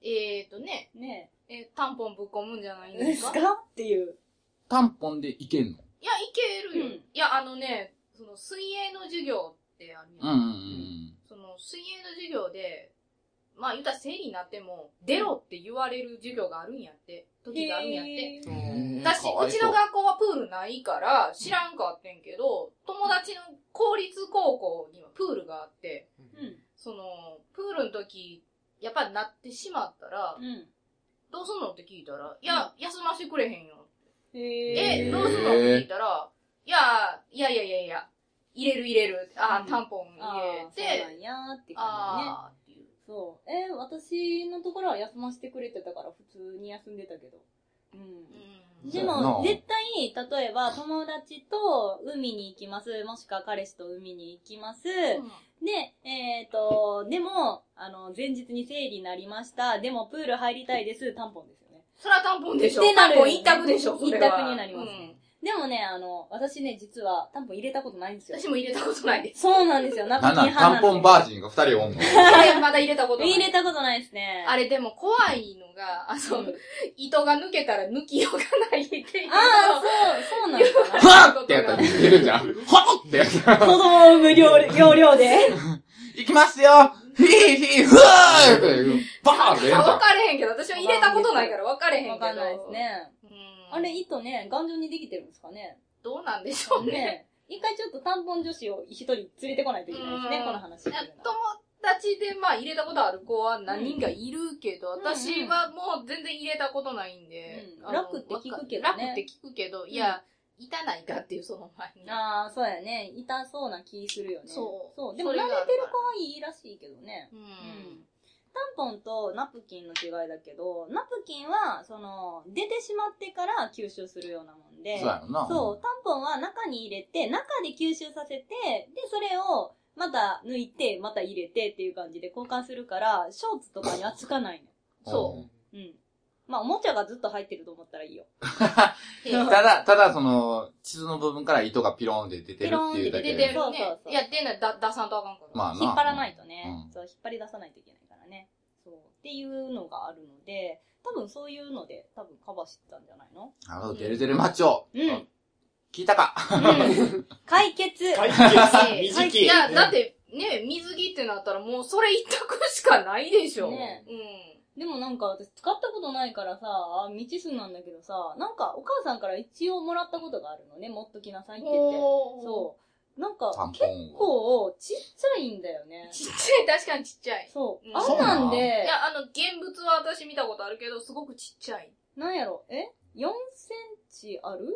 C: えーとね、
B: ね
C: えー、タンポンぶっ込むんじゃない
B: え。
C: で
B: ですす
C: か
B: かっていう。
A: タンポンでいけんの
C: いや、いけるよ。
B: うん
C: いや、あのね、その、水泳の授業ってある
A: う
C: や
A: ん
C: ん。
A: うんうん。
C: その、水泳の授業で、まあ言うたら生になっても、出ろって言われる授業があるんやって、時があるんやって。
B: へー
C: 私、うちの学校はプールないから、知らんかってんけど、友達の公立高校にはプールがあって、その、プールの時、やっぱなってしまったら、
B: うん。
C: どうすんのって聞いたら、いや、休ませてくれへんよ。
B: へ
C: え、
B: ー
C: どうすんのって聞いたら、いや、いやいやいやいや、入れる入れる、あ
B: うん
C: ー、タンポン
B: ああ、
C: 入
B: そ
C: れ
B: うな
C: て、
B: んやーって感じね。
C: あーっていう。
B: そう。えー、私のところは休ませてくれてたから、普通に休んでたけど。うん。
C: うん
B: で
A: そうやな、
B: も絶対、例えば、友達と海に行きます。もしくは彼氏と海に行きます。で、えっ、と、でも、あの、前日に生理になりました。でも、プール入りたいです。タンポンですよね。
C: それはタンポンでしょ。
B: でな
C: タ
B: る
C: ン
B: よ
C: ポ
B: ね
C: ン一択でしょ、それは
B: 一択になりますねでもね、あの、私ね、実は、タンポン入れたことないんですよ
C: うん。私も入れたことない です。
B: そうなんですよ。ナプキ
A: な
B: ン
A: んなん
B: 派
A: タ
B: な
A: ン
B: んで
A: ポンバージンが二人おんの。
C: いやまだ入れたことない。
B: 入れたことないですね。
C: あれでも怖いのが、あの、
B: うん
C: 糸が抜けたら抜きようがないっていうの
B: ああ、そう、そうなん ですかな。
A: はっってやったら似てるじゃん。はっってやった
B: 子
A: ら。
B: 供を産む 量容量で。
A: いきますよひーひーふわーって、バーンってやんじゃ
C: わ
A: ん。
C: かれへんけど、私は入れたことないからわかれへんけど。
B: わかんないです。ね。
C: うん、
B: あれ、糸ね、頑丈にできてるんですかね。
C: どうなんでしょうね。
B: ね。一回ちょっとタンポン女子を一人連れてこないといけないです
C: う
B: ね、
C: ん
B: この話
C: 友。達で、まあ、入れたことある子は何人かいるけど、
B: うん
C: 私はもう全然入れたことないんで。
B: うん
C: あの
B: 楽って聞くけどね
C: わか楽って聞くけど、いや、痛ないかっていう、その前に。
B: ああ、そうやね。痛そうな気するよね。
C: そう
B: そう。でも慣
C: そ
B: れ
C: れ
B: て
C: が
B: る
C: あるから
B: 子はいいらしいけどね。
C: う
B: うん
C: ん。
B: タンポンとナプキンの違いだけど、ナプキンは、その、出てしまってから吸収するようなもんで。
A: そうやろな。
B: そう、タンポンは中に入れて、中で吸収させて、で、それをまた抜いて、また入れてっていう感じで交換するから、ショーツとかにはつかないの。
C: そ
B: うん。まあ、おもちゃがずっと入ってると思ったらいいよ。
C: で
A: うん。ただ、ただその、地図の部分から糸がピローンで出てるっていうだけ
C: 出て
A: で。
C: る
B: そうそう
C: ね
B: そ。う
C: いや、出ない、だ出さんとあかんから。
A: まあな。
B: 引っ張らないとね、
A: うん
B: そう、引っ張り出さないといけないからね。そう。っていうのがあるので、多分そういうので、多分カバーしてたんじゃないの
A: なるほど、デルデルマッチョ。
B: うん
A: あ聞いたか。
B: うん。解決
D: 解決
C: は
D: 短
C: い
D: き。
C: いや、だって、ね、水着ってなったらもうそれ一択しかないでしょ。
B: ね
C: う
B: でもなんか私使ったことないからさ、未知数なんだけどさ、なんかお母さんから一応もらったことがあるのね、持っときなさい
C: ん。
B: って言って。
C: そ
B: そう。なんか
A: タン、
B: 結
A: ポン。
B: 構、ちっちゃいんだよね
C: う。。ちっちゃい、確かにちっちゃい。
B: そうう。
C: ん
B: あんなん
C: い
B: で、
C: や、あの、現物は私見たことあるけど、すごくちっちゃい。
B: なんやろ、え ?4 センチある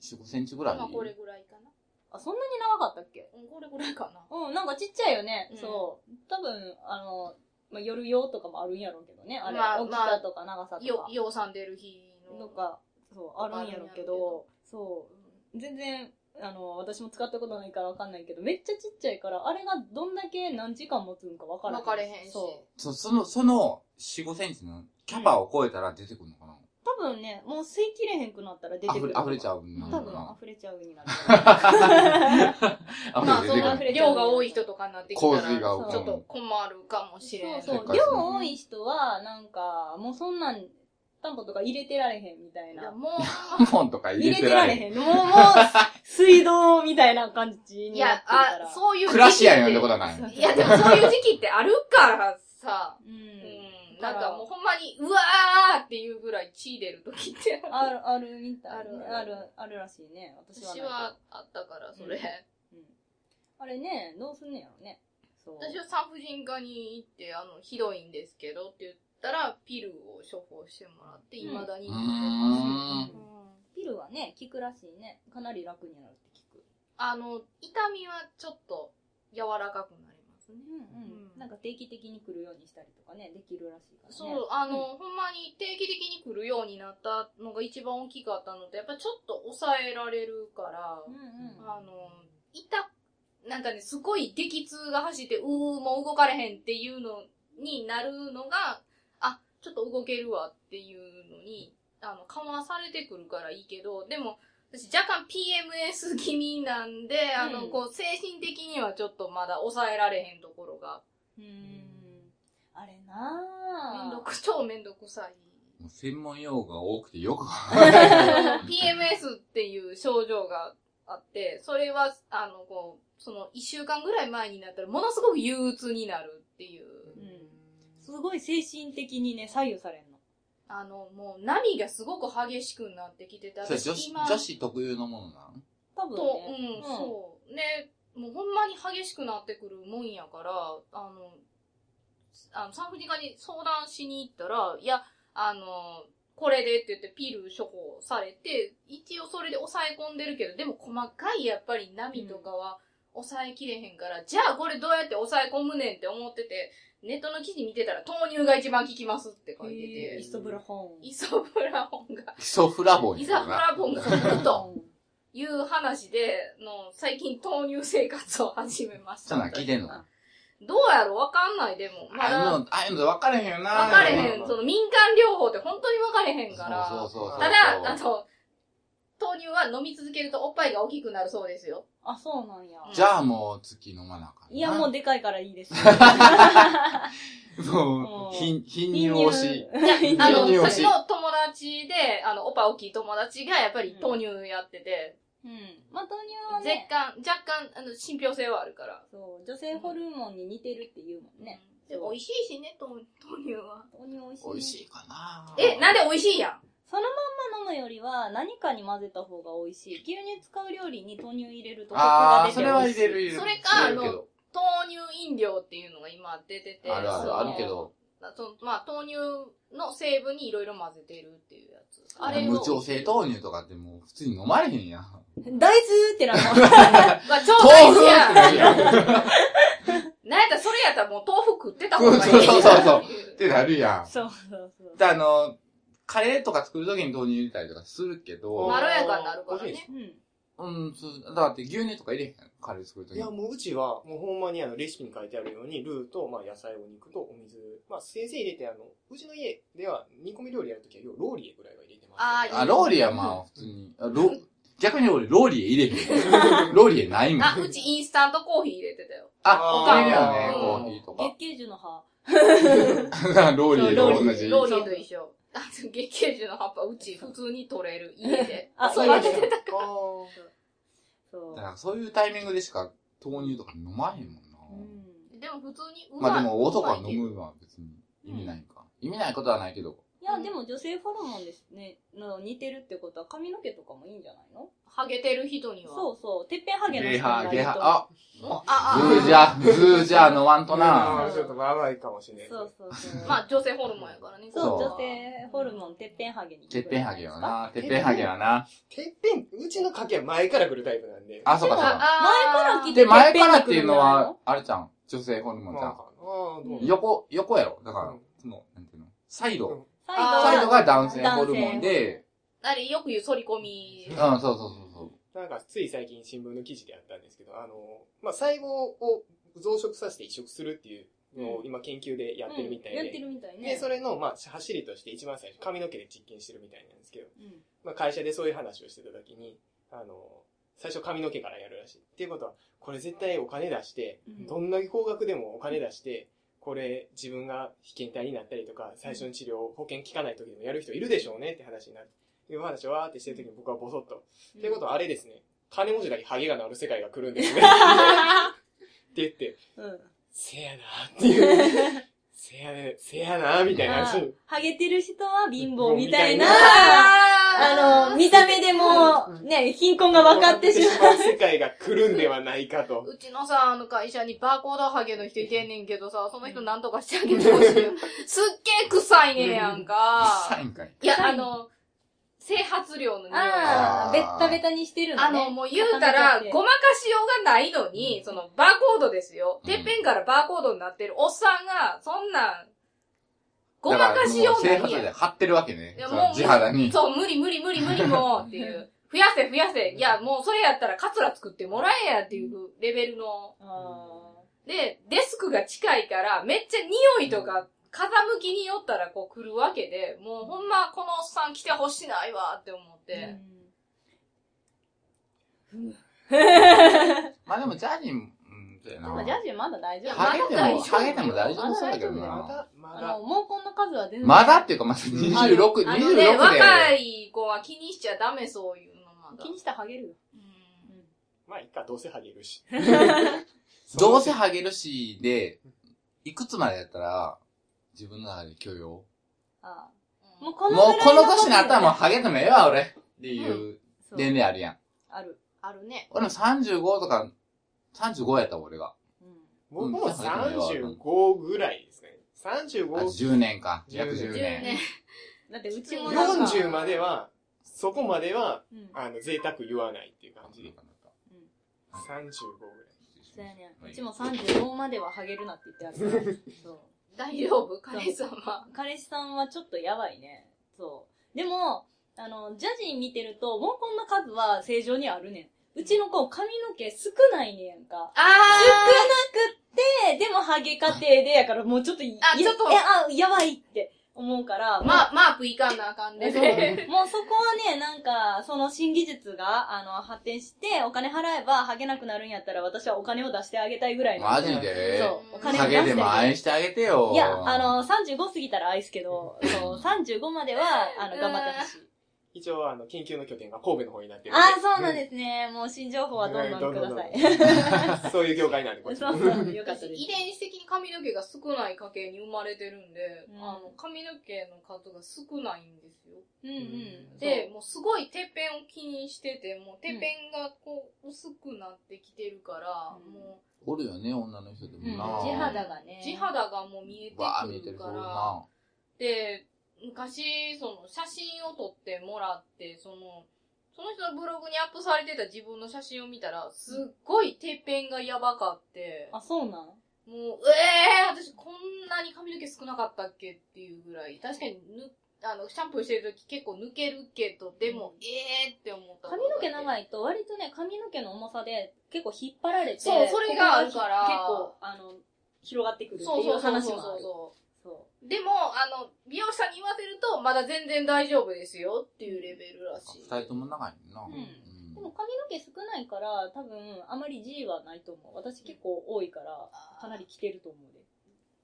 A: 4、5センチぐらい。
C: まあ、これぐらいかな。
B: あ、そんなに長かったっけ
C: うんこれぐらいかな。
B: うん、なんかちっちゃいよね。
C: うん
B: そう。多分、あの、まあ、夜用とかもあるんやろうけどね。あれ、
C: まあ
B: 大きさとか長さと
C: よ
B: か、。
C: ようさん出る日
B: と
C: の。
B: か、そう、あるんやろうけ
C: あるんや
B: ど、そう。全然、あの、私も使ったことないからわかんないけど、めっちゃちっちゃいから、あれがどんだけ何時間持つんかわから
C: 分かれへんし。
B: そう。
A: そその、その、4、5センチのキャパを超えたら出てくるのかな
B: 多分ね、もう吸い切れへんくなったら出て
A: 溢
B: く
A: れ
B: る。、
A: 溢れちゃうの
B: 多
A: か
B: 分
A: な
B: 溢れちゃうになる。
C: まあ、
A: 溢
C: そ
A: れて
C: の
A: 出てくる。
C: 量が多い人とかになってきたら、
A: 洪水
C: ち
A: が
C: ょ
A: 多い
C: っと困るかもしれん。
B: そうそう。量多い人は、なんか、もうそんなん、担保とか入れてられへんみたい
C: いや
B: な。
C: もう、
A: ポンとか入れ
B: 入れ
A: て
B: て
A: ら
B: ら
A: れ
B: れ
A: へん。
B: へん。もう、もう、水道みたいな感じ
C: い
B: になっ
C: や
B: て、るから。
C: あ、そういう時期って。
A: クラシアン呼んだことはない。
C: いや、でもそういう時期ってあるからさ、
B: う。
C: うんん、なんかもうほんまに、うわーっていうぐらい血出る時って、
B: ある、あるみたい。あ
C: あ
B: る
C: る、
B: ある、あるらしいね。私はない
C: 私
B: けど。
C: はあったから、それ。
B: うん。あれね、どうすんねやろね。そう。
C: 私は産婦人科に行って、あの、ひどいんですけどって言ったら、ピルを処方してもらって、
B: うん
C: 未だに
A: う
C: 飲んでます。
A: ーん。
C: うん
B: ピルはね、効くらしいね。かなり楽になるって聞く。
C: あの、痛みはちょっと柔らかくなりますね。
B: うんう、
C: うんん
B: なんか定期的に来るようにしたりとかね、できるらしいからね。
C: そう、あの、ほんまに定期的に来るようになったのが一番大きかったので、やっぱちょっと抑えられるから、
B: うんうん。
C: あの、痛、なんかね、すごい激痛が走って、うー、もう動かれへんっていうのになるのが、あ、ちょっと動けるわっていうのに、あの、緩和されてくるからいいけど、でも、私若干 PMS 気味なんで、あの、
B: うん
C: こう、精神的にはちょっとまだ抑えられへんところが、
B: うん。あれなぁ。
C: めんどく、超めんどくさい。
A: もう専門用語が多くてよくわかんない。
C: PMS っていう症状があって、それは、あの、こう、その、一週間ぐらい前になったら、ものすごく憂鬱になるっていう。
B: うん。そごい精神的にね、左右されるの。
C: あの、もう波がすごく激しくなってきてて、
A: それ女子、
C: 今
A: 女子特有のものなん
B: 多分
C: と、
B: ね。
C: うん、そう。ね、もうほんまに激しくなってくるもんやから、あの、あの産婦人科に相談しに行ったら、いや、あの、これでって言ってピル処方されて、一応それで抑え込んでるけど、でも細かいやっぱり波とかは抑えきれへんから、じゃあこれどうやって抑え込むねんって思ってて、ネットの記事見てたら豆乳が一番効きますって書いて
B: へーイ
C: て、
B: ソブラホン。
C: イソブラホンが、
A: ヒソフラボン
C: イ
A: や
C: ソ
A: か
C: ブ
A: らな。
C: ラホンが効くと。
B: うん
C: いう話で、の、最近豆乳生活を始めまし
A: そ
C: た。
A: んなん聞いてんのあ
C: どうやろうわかんない、でも。ま
A: あいう
C: だ、
A: の、ああいうの分かれへんよな。
C: わかれへ
A: そ
C: ん。
A: う
C: その民間療法って本当にわかれへんから。
A: そうそうそう。
C: ただ、あの、豆乳は飲み続けるとおっぱいが大きくなるそうですよ。
B: あ、そうなんや。
A: じゃあもう月飲まなあかんな。
B: いや、もうでかいからいいです。
A: もう、貧、貧乳推し。
B: し
C: あの、
A: 豆乳
C: さ
A: 欲
C: っ
A: し
C: き
A: い
C: の友達で、あの、おっぱい大きい友達がやっぱり豆乳やってて、
B: うん。まあ、豆乳は
C: 若
B: ね、
C: 干、若干、あの、信憑性はあるから。
B: そう、女性ホルモンに似てるって言うもんね。
C: で美味しいしね、豆豆乳は。
B: 豆乳美味しいね。
A: 美味しいかな。
C: え、なんで美味しいやん。
B: そのまんま飲むよりは、何かに混ぜた方が美味しい。牛乳使う料理に豆乳入れるとコクが
A: あ
B: 出
A: ー、
B: て
A: そ
B: 美
A: れは
B: 味し
A: 入
B: い。
A: れる入れる。
C: それか
A: 入るけど
C: 豆乳飲料っていうのが今出てて。
A: あるあ
C: その
A: る、あるけ。ど。
C: そのまあ、豆乳の成分にいろいろ混ぜてるっていうやつ。あれを
A: 無。調整豆乳とかってもう普通に飲まれへんやん。
B: 大豆ってなの。
C: まあ、超大
A: 豆
C: 事
A: 腐
C: や
A: ってなるやん。
C: なんやったらそれやったらもう豆腐食ってた方
A: そ
C: がいうい。
A: そうそうそう。ってなるやん。
B: そう そうそう。
A: であの、カレーとか作るときに豆乳入れたりとかするけど
C: ま、ろやかになるからね。
B: うん。
A: うん、そうだって牛乳とか入れへん。カレー作ると
D: い
A: き
D: や、
A: に。
D: もううちは、もうほんまにあの、レシピに書いてあるように、ルーと、まあ、野菜、お肉とお水、まあ、せいぜい入れて、あの、うちの家では、煮込み料理やるときは、ようローリエぐらいは入れてます。
C: あー
A: あ、ローリエはまあ普通に。あロ逆に俺ローリエ入れへん。ローリエないもん。
C: あ、うちインスタントコーヒー入れてたよ。
A: あ、入れるよね、
C: うん
A: コーヒーとか。
B: 月桂樹の葉。
A: ローリエと同じ。
C: ローリエと一緒。あと、月桂樹の葉っぱ、うち普通に取れる。家で。
B: あ
C: そ、
B: そうう
C: 混
B: なん
C: ぜ
B: だ
C: てた。
D: あ
B: そ う
A: だか。らそういうタイミングでしか豆乳とか飲まへんもんな。
B: うん。
C: でも普通にうまい。
A: まあでも男は飲むのは別に意味ないか。意味ないことはないけど。
B: いや、でも女性ホルモンですね、の似てるってことは髪の毛とかもいいんじゃないの
C: ハゲてる人には。
B: そうそう。てっぺんハゲの
A: ゲ
B: 人
A: ハ、
B: に
A: ゲ
B: なると
A: ハ、
C: もう
A: あ、
C: あ、
A: ズ
C: あ、
A: ージャ、ズージャ飲まんと
D: あ
A: な。
D: ー。ちょっと長いかもしれない。
B: そうそ うそう。
C: まあ女性ホルモンやからね。
B: そう、
A: そう
B: 女性ホルモン、てっぺんハゲに
A: てっぺんハゲ
B: は
A: は。な。てっぺんハゲはな。
D: てっぺん、うちの家系は前から来るタイプなんで。
A: あ、そうかそうか。
C: あ
B: 前から
C: ー
B: 聞い
A: で、
B: て
A: 前からっていうのは、あれじゃん。女性ホルモン
D: ま
A: じゃ
D: あ、あ
A: ん。
D: ーどう
A: 横、横やろ。だか
D: う
A: ら
D: ん、
A: その、なんていうの。サイド。
B: サ
C: あー
A: サイ
B: イ
A: ド
B: ド
A: が
B: が、
A: 男性ホルモンで、
C: あれ、よく言う反り込み
A: うん、。そうそうそうそう。
D: なんか、つい最近新聞の記事であったんですけど、あの、まあ、細胞を増殖させて移植するっていうのを今研究でやってるみたいで。
B: やってるみたいね。
D: で、それの、まあ、走りとして一番最初、髪の毛で実験してるみたいなんですけど、
B: うん
D: まあ、会社でそういう話をしてた時に、あの、最初髪の毛からやるらしい。っていうことは、これ絶対お金出して、
B: うん
D: どんな高額でもお金出して、これ自分が被験体になったりとか、最初の治療、保険効かない時でもやる人いるでしょうねって話になる。いう話をわーってしてる時に僕はボソッと。っていうことはあれですね、金持ちだけハゲが治る世界が来るんで すね。って言って、
B: うん。
D: せやなーっていう。せやね、せやなーみたいな
B: あー
D: 話。
B: ハゲてる人は貧乏みたいな
D: 貧乏み、
B: あの、見た目でも、ね、貧困が分かってしまう。
D: 世界が来るんではないかと。
C: うちのさ、あの会社にバーコードハゲの人いてんねんけどさ、その人なんとかしてあげてほしい。すっげえ臭いねんやん
A: サ
C: か。
A: インかい。
C: いや、あの、整髪量の匂い。あ
B: ああ、ベッタベタにしてるのね。
C: の、もう言うたら、ごまかしようがないのに、その、バーコードですよ。
A: うん
C: てっぺんからバーコードになってるおっさんが、そんなん、ご
A: だ
C: ま
A: ら
C: かしようない
A: もう生活
C: やん
A: で。貼ってるわけね
C: いや。
A: そ
C: もう
A: の地肌に。
C: そう、無理無理無理無理もうって いう。増やせ増やせ。いや、もうそれやったらカツラ作ってもらえやっていうレベルの。
B: あ
C: で、デスクが近いから、めっちゃ匂いとか、風向きによったらこう来るわけで、もうほんまこのおっさん来てほしないわって思っ
B: ー
C: て。
A: まあでもジャージーも、うん、そうやな。
B: うんまあジャージーまだ大丈夫。
A: ハゲても、
C: まだ大丈夫
A: ハゲても大丈夫そうだけど
B: まだ大
D: ま
A: な。
D: だ、ま
B: あ
D: だ
B: の、、毛根の数は全然。
A: まだっていうか、まだ26、
B: ある
A: 26
C: あのね、若
A: で。
C: い子は気にしちゃダメそういうのまだ
B: 気。にしたらハゲるよ。
C: うん
D: まあ、いっか、どうせハゲるし。
A: どうせハゲるし、で、いくつまでやったら、自分の中で許容。
B: ああもうこのぐらい
A: もうこの年になったらもう
B: は
A: ハゲてもええわ、俺。っていう
B: そう
A: 年齢あるやん。
B: ある。
C: あるね。
A: 俺も35とか、35やったわ俺が。
D: 僕も35ぐらいですね。
A: あ、
D: 35、
A: 10年か。約10
D: 10
A: 年。。
B: だってうちもなんか、
D: 40までは、そこまでは、
B: うん、
D: あの、贅沢言わないっていう感じ。35ぐらい。
B: そうやね。うちも35まではハゲるなって言ってあるから。そう。
C: 大丈夫彼様。
B: 彼氏さんはちょっとやばいね。そう。でも、あの、ジャジー見てると、毛根の数は正常にあるねん。うちの子、髪の毛少ないねやんか。少な
C: あ
B: くって、でもハゲ家庭でやから、もうちょっとい、
C: あ
B: い
C: ちょっと
B: え、あ、やばいって思うから、
C: ーま、マークいかんなあかん
B: で
C: ね。
B: そうもうそこはね、なんか、その新技術が、あの、発展して、お金払えば、ハゲなくなるんやったら、私はお金を出してあげたいぐらいの。
A: マジで
B: そう、お金を
A: ハ
B: 出して
A: ゲ
B: あげ
A: でも愛してあげてよ。
B: いや、あ、の、35過ぎたら愛すけど、そう、35までは、あの、
C: うん
B: 頑張ってほしい。
D: 一応、あの、研究の拠点が神戸の方になってる。
B: ああ、そうなんですね。もう新情報はどんどんください。
D: す。そういう業界なんで、こ
B: そ
D: っ
B: う
D: ち。
B: そう、よかったです
C: 遺。伝子的に髪の毛が少ない家系に生まれてるんで、
B: うん
C: あの髪の毛の数が少ないんですよ。
B: うんうん。
C: で、もうすごいてっぺんを気にしてて、もうてっぺんがこう薄くなってきてるから、
B: うん
C: も
A: おるよね、女の人でもな。
B: そう、地肌が
C: う
B: ね。
C: 地肌がもう見えて
A: わあ、見え
C: く
A: て
C: る
A: る
C: か
A: そう
C: ら、
A: な。
C: で、昔、その写真を撮ってもらって、その、その人のブログにアップされてた自分の写真を見たら、すっごいてっぺんがやばかって、
B: あ、そうなん
C: もう、ええー、私こんなに髪の毛少なかったっけっていうぐらい、確かにぬ、あの、シャンプーしてるとき結構抜けるけど、でも、ええーって思った。
B: 髪の毛
C: い。
B: 長いと、割とね、髪の毛の重さで、結構引っ張られて、
C: そうそれがあるか
B: こ
C: ら
B: こが結構、あの、広がってくるって
C: そう
B: い
C: そううそう
B: 話
C: そう
B: もあ
C: そう
B: る。そう。
C: でも、あの、美容師さんに言わせると、まだ全然大丈夫ですよっていうレベルらしい。
A: 二人とも長いな。
B: んでも髪の毛少ないから、多分、あまり G はないと思う。私結構多いから、かなり着てると思うで。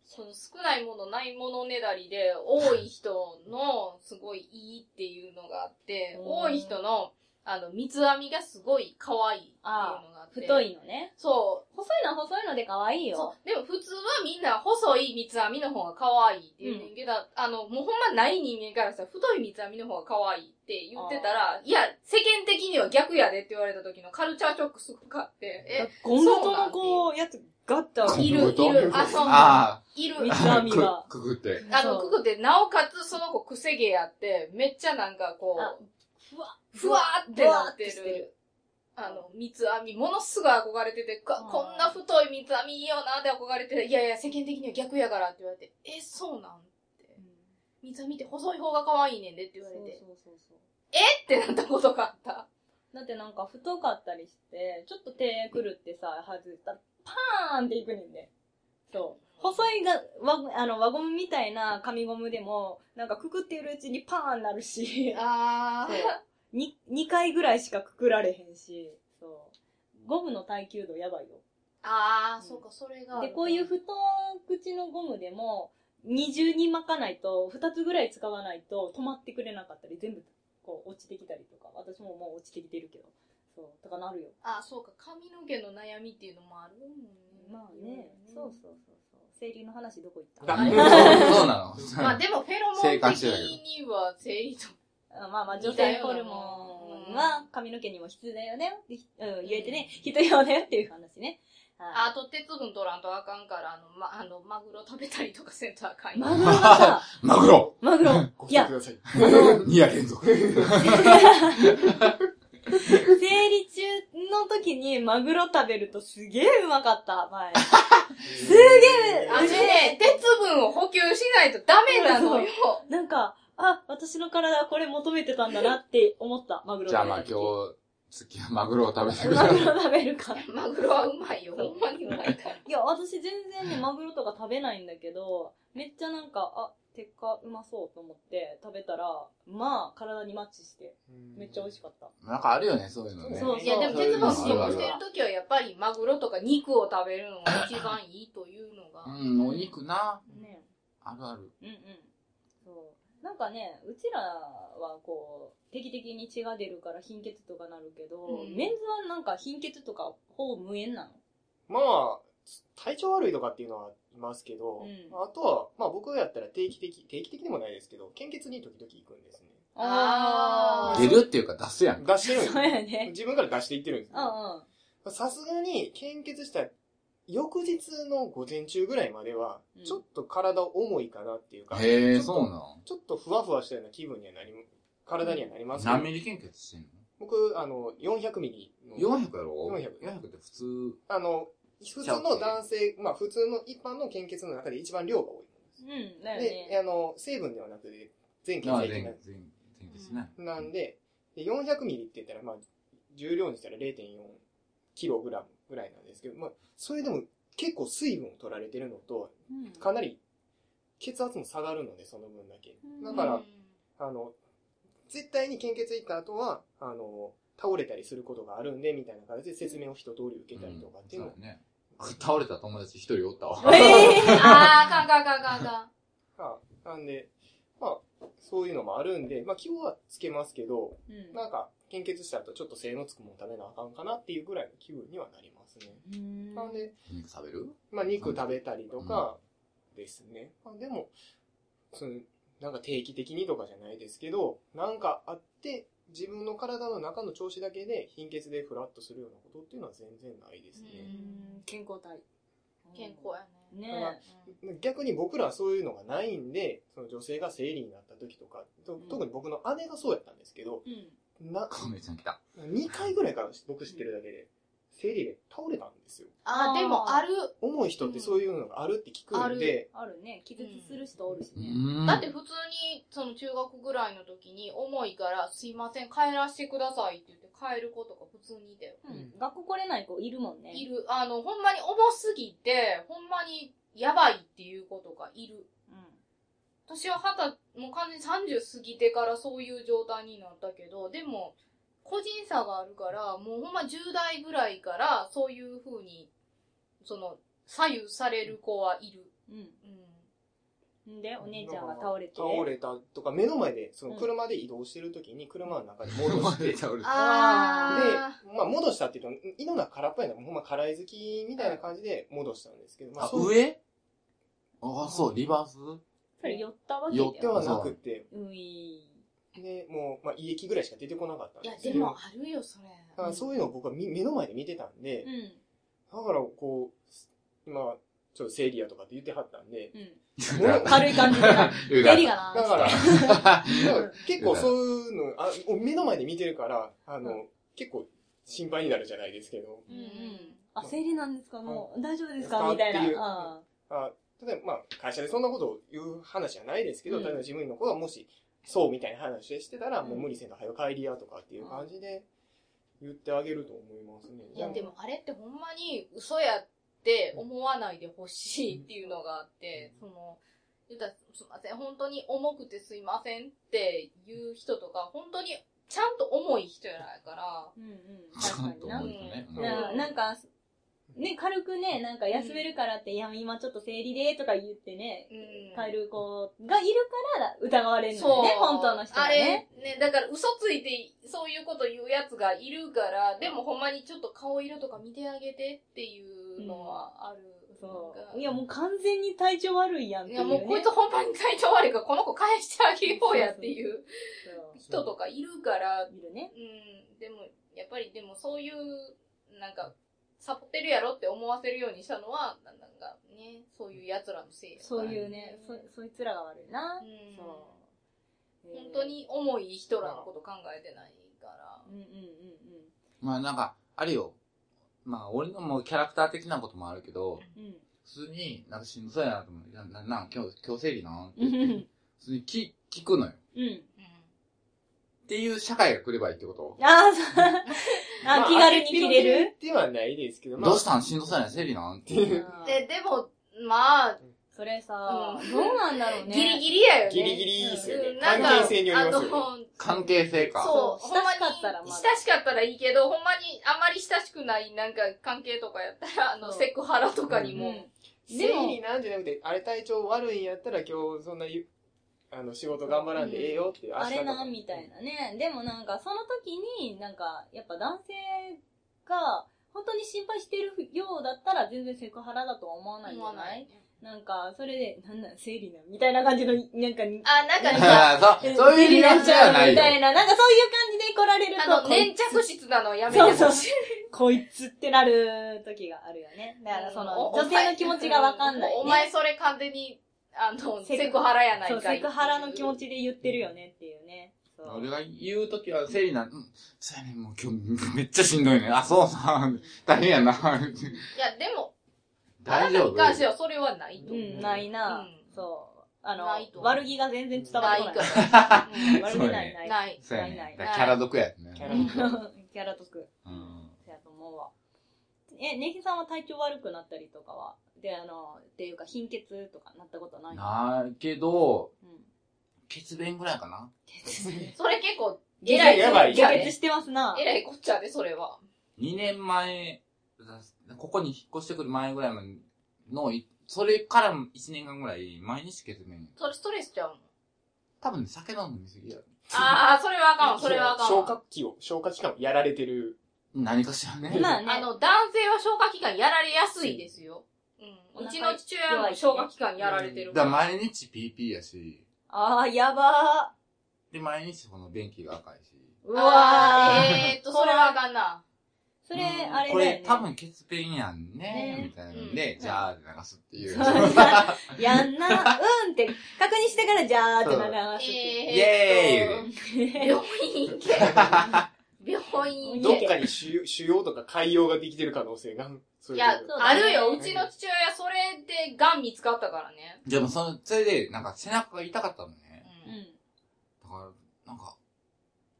C: その少ないものないものねだりで、多い人のすごいいいっていうのがあって、
B: うん
C: 多い人の、あの、三つ編みがすごい可愛いっていうのがあって。
B: 太。いのね。
C: そ。
B: 細いのは細いので可愛いう
C: そ
B: よ。
C: う。でも普通はみんな細い三つ編みの方が可愛いって言うねんけど、あの、もうほんまない人間からしたら、太い三つ編みの方が可愛いって言ってたら、いや、世間的には逆やでって言われた時のカルチャーショックすごかって、え、
B: ゴムとのこう、やつ、ガッてある
A: ゴム
C: いる、いる、あ、そう、
A: あ
C: いる。
B: 三つ
A: あ、
B: 編みは。
A: く、くぐ って。
C: あの、
B: そう
C: ククって、なおかつその子くせ毛やって、めっちゃなんかこ
B: あ
C: う、
B: ふわ、
C: ふわーってなって
B: ふわーして
C: る。あの、三つ編み、ものすごい憧れてて、か
B: うん
C: こんな太い三つ編みいいよなって憧れてて、いやいや、世間的には逆やからって言われて、え、そうなん三つ編みって細い方が可愛いねんでって言われ
B: そう
C: て、
B: そうそうそう。
C: えってなったことがあった。
B: だってなんか太かったりして、ちょっと手くるってさ、外したら、パーンっていくねんね。そう。細いが、わ、あの、輪ゴムみたいな紙ゴムでも、なんかくくってるうちにパーンなるし、
C: あ
B: に、2回ぐらいしかくくられへんし、そう。ゴムの耐久度やばいよ。
C: あー、そうか、それが。
B: で、こういう太口のゴムでも、二重に巻かないと、二つぐらい使わないと止まってくれなかったり、全部こう落ちてきたりとか、私ももう落ちてきてるけど、そう、とかなるよ。
C: あー、そうか、髪の毛の悩みっていうのもあるもんね。
B: まあね、そうそうそうそう。生理の話どこ行っ
A: そう
B: た
A: そうな
C: まあ
A: の。
C: でも、フェロモ
A: 生
C: ン
A: 還してたけど
C: 的には生理と
B: あまあまあ、女性ホルモンは髪の毛にも必要だよね。でうん、言えてね、必要だよっていう話ね。はい
C: あと鉄分取らんとあかんから、あの、ま、あの、マグロ食べたりとかせんとあかんよ。
B: マグロがさ、
A: マグロ
B: マグロ、
D: ご
B: い
D: 視聴
B: や
D: く、ださい。
B: あの、
A: !2 夜連 続。
B: 生理中の時にマグロ食べるとすげえうまかった、前。すげえ
C: あのね、鉄分を補給しないとダメなのよ。
B: なんか、あ、私の体はこれ求めてたんだなって思った、マグロ
A: じゃあまあ今日、次はマグロを食べてくだ
B: マ
A: さい。
B: グロ食べるか。
C: マグロはうまいよ。ほんまにうまいから。
B: いや、私全然ね、マグロとか食べないんだけど、めっちゃなんか、あ、鉄火うまそうと思って食べたら、まあ、体にマッチして、めっちゃ美味しかった。
A: なんかあるよね、そういうのね。
B: そう
C: いや、でも鉄分を補
A: そういうのあ
C: 給
A: る
C: してるときはやっぱりマグロとか肉を食べるのが一番いいというのが。
A: うん、お肉な。
B: ね
A: あるある。
B: うんうん。そう。なんかね、うちらはこう、定期的に血が出るから貧血とかなるけど、
C: うん
B: メンズはなんか貧血とかほぼ無縁なの
D: まあ、体調悪いとかっていうのはますけど、
B: うん
D: あとは、まあ僕やったら定期的、定期的でもないですけど、献血に時々行くんですね。
B: あー
A: 出るっていうか出すやん。
D: 出してるん
B: そう
D: で
B: やね。
D: 自分から出していってるんです
B: うんう
D: よ
B: ん。
D: さすがに献血した翌日の午前中ぐらいまでは
B: うん、
D: ちょっと体重いかなっていうか、
A: へ
D: ちょ
A: え、
D: っと
A: そうな
D: ちょっとふわふわしたような気分にはなり、体にはなります
A: ん。
D: けど
A: 何ミリ献血してん
D: 僕、あの、400ミリの。
A: の ?400 やろ
D: 400
A: 400って普通。
D: あの、普通の男性、まあ普通の一般の献血の中で一番量が多い。
B: うん、だよ
D: で、
B: ね。
D: あの、成分ではなくて、全血
A: ああ、
D: 液
A: 全
D: な
A: 全全血ね。
D: なんで、で400ミリって言ったら、まあ、重量にしたら0.4キログラムぐらいなんですけど、まあ、それでも結構水分を取られてるのと、
B: うん
D: かなり血圧も下がるので、その分だけ。だか
C: う
D: ら
C: ん、
D: あの、絶対に献血行った後は、あの、倒れたりすることがあるんで、みたいな形で説明を一通り受けたりとかっていうのを
A: そうやね。倒れた友達一人おった わ。
B: えー
C: あー、あかんかんかんかんかん。
D: まあなんで、まあ、そういうのもあるんで、まあ、気分はつけますけど、
B: うん
D: なんか、献血した後、ちょっと性のつくもの食べなあかんかなっていうぐらいの気分にはなりますね。
B: うん
D: なんで、
A: 肉食べる
D: まあ、肉食べたりとかですね。まあ、でも、その、なんか定期的にとかじゃないですけど、なんかあって、自分の体の中の調子だけで貧血でフラッとするようなことっていうのは全然ないです
B: う
D: ね。
B: ん健康体。
C: 健康やね。
B: ね
D: まあ逆に僕らはそういうのがないんで、その女性が生理になった時とか、と特に僕の姉がそうやったんですけど、
B: え。うん。
D: な、
A: コメちゃん来た。
D: 2回ぐらいから僕知ってるだけで、生理で倒れたんですよ。
C: あー、でもある。
D: 重い人ってそういうのがあるって聞くんで、
B: あるね。気絶する人おるし
A: う
B: ね。
A: ん
C: だって普通に、その中学ぐらいの時に、重いから、すいません、帰らせてくださいって言って、帰る子とか普通にいたよ。
B: うん学校来れない子いるもんね。
C: いる。あの、ほんまに重すぎて、ほんまにやばいっていう子とかいる。
B: う
C: 私は二十もう完全に30過ぎてからそういう状態になったけど、でも、個人差があるから、もうほんま10代ぐらいから、そういう風に、その、左右される子はいる。
B: ん。
C: うん。
B: うん。んで、お姉ちゃんが倒れて。
D: 倒れたとか、目の前で、その車で移動してる時に車の中に戻して、 で、
A: 倒れた。
C: あ
D: まあ戻したって言うと、胃の中空っぽやな、ほんま辛い好きみたいな感じで戻したんですけど、ま
A: あ、
D: そう
A: 上ああ、そう、リバース
B: それ寄ったわけだよ
A: 寄
D: ではなくて、
B: うい。
D: ね、もう、まあ胃液ぐらいしか出てこなかったん
C: いや
D: で、す
C: で
D: けど、
C: もあるよ、それ。
D: だからそういうのを僕はみ目の前で見てたんで、
B: うん。
D: だからこう、今、ちょっと生理やとかって言ってはったんで、
B: うん。
A: うだ
B: 軽い感じでな。
A: う
B: デリが
D: だ
B: な。
D: から、だから結構そういうの、 あ目の前で見てるから、あの、
B: う
D: 結構心配になるじゃないですけど、
B: うんうん。あ、生理なんですかもう、大丈夫ですか
D: うん
B: みたい
D: っていう
B: な。
D: あ例えば、まあ、会社でそんなことを言う話じゃないですけど、
B: うん
D: 例えば事務員の子がもし、そうみたいな話をしてたら、
B: うん
D: もう無理せんと早く帰りやとかっていう感じで言ってあげると思いますね。
C: いや、でもあれってほんまに嘘やって思わないでほしいっていうのがあって、その、言ったらすいません、本当に重くてすいませんっていう人とか、本当にちゃんと重い人やないから、
B: うん。うんうん。
A: ち
B: 確
A: ゃ
B: か
A: んと思
B: にな
A: う。とね。
D: うん
B: ななんか、ね、軽くね、なんか休めるからって、いや、今ちょっと生理でとか言ってね、
C: うん
B: 帰る子がいるから疑われるのよね、本当の人
C: あ
B: がね。
C: れ、ね、だから嘘ついて、そういうこと言うやつがいるから、でもほんまにちょっと顔色とか見てあげてっていうのはある。
B: そう。いや、もう完全に体調悪いやんって
C: い
B: いう、
C: や、
B: ね。
C: もうこいつほんまに体調悪いから、この子返してあげようやっていう
B: そ
C: 人とかいるから、
B: ういるね。
C: うん、でも、やっぱりでもそういう、なんか、サボってるやろって思わせるようにしたのは、ななんかね、そういう奴らのせいやから
B: そういうね、そ、そいつらが悪いな
C: う。ん
B: そう。
C: 本当。に重い人らのこと考えてないから。
B: うんうんうん
A: まあなんか、あれよ。まあ俺のもうキャラクター的なこともあるけど、
B: うん。
A: 普通になんかしんどそうやなと思って、な、な、なん今日、今日生理なんって
B: う
A: 言って
B: ん。
A: 普通に聞、聞くのよ。
B: うん。
A: っていう社会が来ればいいってこと
B: あー そう。
D: ま
B: あ、気軽に切れる。
D: ではないですけど、
A: どうしたんしんどそうやな、生理なんって。
B: あー
C: で、でも、まあ、
B: それさ
C: う、
B: どうなんだろうね。
C: ギリギリやよね。
D: ギリギリですよね。
C: うんなん
D: 関
C: か
D: 係性によりますよね。
C: あの
A: 関係性か。
C: そう、
B: そう
C: ほんまに
B: 親しかったらまだ
C: 親しかったらいいけど、ほんまにあんまり親しくないなんか関係とかやったら、あの、
B: そう
C: セクハラとかに
B: う
C: も、
B: んでも
D: 生理なんじゃなくて、あれ体調悪いんやったら今日そんな言う、あの、仕事頑張らんでええよっていう、明
B: あ
D: 日と
B: れ
D: か
B: な、みたいなね。でもなんか、その時に、なんか、やっぱ男性が、本当に心配してるようだったら、全然セクハラだとは思わないんじ
C: 思
B: ゃ
C: わ
B: な
C: ないい。
B: なんか、それで、なんなん、生理なんみたいな感じの、なんか、
C: あ、なんか
A: ああ そうそういう理論じゃないよ
B: みたいな、なんかそういう感じで来られる
C: あ
B: と、
C: の、
B: こい
C: 粘着質なのやめて
B: そう
C: ほ
B: そう
C: しい。。
B: こいつってなる時があるよね。だからその、
C: お
B: 女性の気持ちがわかんない、ね。
C: お前それ完全に、あの、
B: セク
C: セクハラやないか
B: そう、
C: い。
B: セクハラの気持ちで言ってるよねっていうね。そう
A: 俺が言うときは、セリナ、うん、そうやねん、もう今日めっちゃしんどいね。あ、そうさ、大変やな。
C: いや、でも、あ
A: 大
C: なた
A: 丈
C: に
A: 夫
C: 関してはそれはないと
B: う
C: 思う。
B: ん、ないな、
C: うん
B: そう。あの
C: ないと、思う
B: 悪気が全然伝わっ
C: な
B: て
C: い
B: こない。
C: から。うん
B: 悪気ない、ない。
C: ない。
A: そうや
B: ない
A: ね。だか
B: ない
A: らキャラ毒やね。
D: キャラの
B: キャラ得。
A: うん。
B: そうやと思うわ。え、ネヒさんは体調悪くなったりとかは、で、あの、っていうか貧血とかなったことない
A: ないけど、
B: うん。
A: 血便ぐらいかな。
C: それ結構、
D: 下
C: えらい、
D: やばい
C: じゃあ
B: 下
C: ね
B: 血してますな。
C: えらいこっちゃで、それは。
A: 2年前、ここに引っ越してくる前ぐらいまでの、いそれから1年間ぐらい、毎日血便。
C: それストレスちゃうもん。
A: 多分ね、酒飲んでみすぎや。
C: ああ、それはあかんわ、それはあかん
D: 消
C: わ。
D: 化器を、消化器官をやられてる。
A: 何かしらね。
B: まあね。
C: あの、男性は消化器官やられやすいですよ。うん。うちの父親も消化器官やられてる
A: だ
C: か
A: から
C: ら。
A: 毎日 PP やし、
B: あー、やば
A: で、毎日この便器が赤いし。
B: ー。う
C: あ
B: わー。
C: ーえーっと、それはあかんな。
B: それ、
A: うん
B: あれだよね。
A: これ多分血便やんね
B: ね、
A: みたいな
C: うんん
A: で、じゃーで流すっていう。
B: やんな、うんって、確認してからじゃーってなら
C: え
B: すって
A: イエーイ
B: いう。
C: 病院行け。病院
D: ど
C: 行
D: っ
C: け。
D: かに腫瘍腫瘍とか潰瘍ができてる可能性が。そ
C: いうや
D: う、
C: あるよ。うちの父親、それで癌見つかったからね。
A: でもその、それで、なんか背中が痛かったのね。
B: う。
C: うん
A: だから、なんか、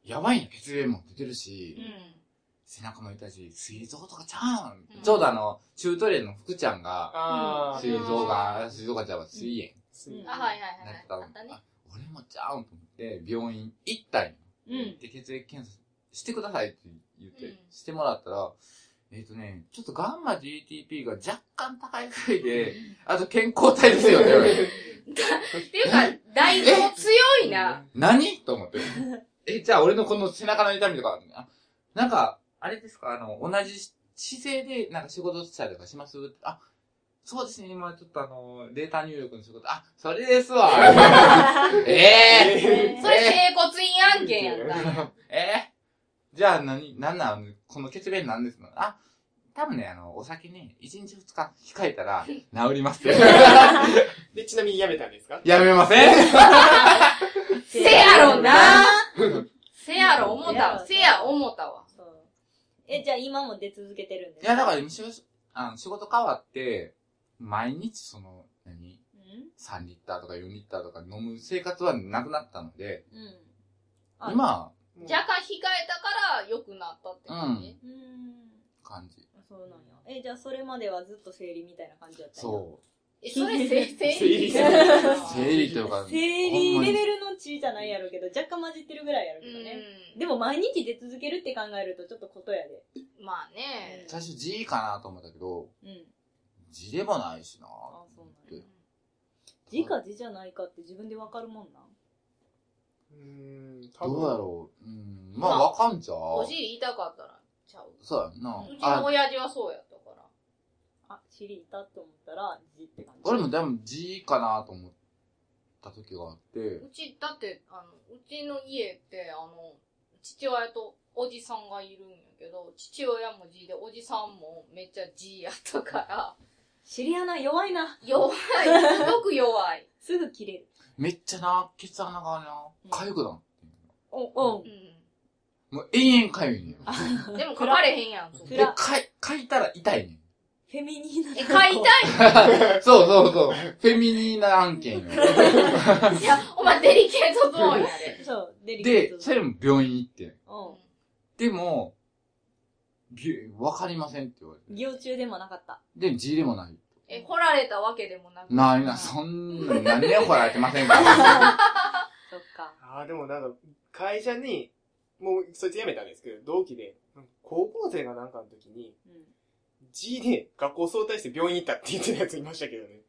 A: やばいんや、血便も出てるし、
C: ん。
A: 背中も痛いし、膵臓とかちゃうん、
C: うん
A: ちょうどあの、中トレの福ちゃんが、
D: あ
A: 膵臓が、膵臓がちゃうわ、膵
D: ー
B: うん
C: あ、はいはい
A: 炎になってた
C: はい。
A: の。
C: あったね。
A: あ俺もちゃうんと思って、病院行ったんよ。
B: うん。
A: で、血液検査してくださいって言って、
C: うん
A: してもらったら、えっ、とね、ちょっとガンマ GTP が若干高いくらいで、あと健康体ですよね俺。
C: っていうか、大腸強いな。
A: 何と思って。 え、じゃあ俺のこの背中の痛みとか、あなんか、あれですか、あの、同じ姿勢でなんか仕事したりとかしますあ、そうですね、今ちょっとあの、データ入力の仕事、あ、それですわ。ええ
C: それ、整骨院案件やった。
A: えー、じゃあ何、なんなんこの血便なんですのあ、多分ね、あの、お酒ね、1日2日控えたら治ります よ。
D: で、ちなみにやめたんですか
A: やめません
C: せやろな。 せやろ、思ったわ。
B: せ
C: せ
B: や
C: や、
B: ろ
C: 思ったわ。
B: そう。え、じゃあ今も出続けてるんです
A: いや、だから、仕事、あの仕事変わって、毎日その、何
B: う
A: ?3 リッターとか4リッターとか飲む生活はなくなったので、
B: んうん。あ
A: 今、
C: 若干控えたから良くなったって感じ。
B: うーん。
A: 感じ。
B: あそうなんや。え、じゃあそれまではずっと生理みたいな感じだったんや
A: そ
C: え、それせ、生
D: 生理
C: 理うん
A: う。生理というか、
B: 生
A: ほ
B: 理
A: んま
B: レ
A: に
B: ベルの血じゃないやろうけど、若干混じってるぐらいやろうけどね。でも毎日出続けるって考えるとちょっとことやで。
C: まあね。
A: 最初 G かなと思ったけど、
B: うん。
A: G でもないしな
B: あ、そうなんや
A: うん
B: 字か字じゃないかって自分でわかるもんな。
D: うーん、多
A: ど
D: 分
A: うやろう。うん、ま
C: ま
A: あ
C: あ
A: わかんちゃ
C: お
A: う。
C: 尻痛かったらちゃう。
A: そうやんな
C: う。ちの
A: あ、
C: 親父はそうやったから。
B: あ、知りたって思ったら字って感じ。
A: 俺もでも G かなと思った時があって、
C: うち、だって、あの、うちの家って、あの、父親とおじさんがいるんやけど、父親も G で、おじさんもめっちゃ G やったから、
B: 知り合いな、弱いな。
C: 弱い、すごく弱い。
B: すぐ切れる。
A: めっちゃな、血穴がな、かゆくなってん
B: お、お
C: う
A: もう延々かゆいねん。
C: ん。でも書かれへんやん、そこ
B: つ
A: で
B: ら、
A: かい、書いたら痛いねん。
B: フェミニーな。
C: え、書いた い
A: そうそうそう。フェミニーな案 件よ。
C: いや、お前デリケートゾーンやで。
B: そう、デリケー
A: で
B: ト、
A: それも病院行って。
B: う
A: でも、ぎわかりませんって言われて。
B: ん。行中でもなかった。
A: で、G でもない。
C: え、掘られたわけでもなく。
A: ないな、そんな、何年怒られてませんから。
B: そっか。
D: ああ、でもなんか、会社に、もう、そいつ辞めたんですけど、同期で、高校生がなんかの時に、
B: うん。
D: G で学校早退して病院行ったって言ってたやついましたけどね。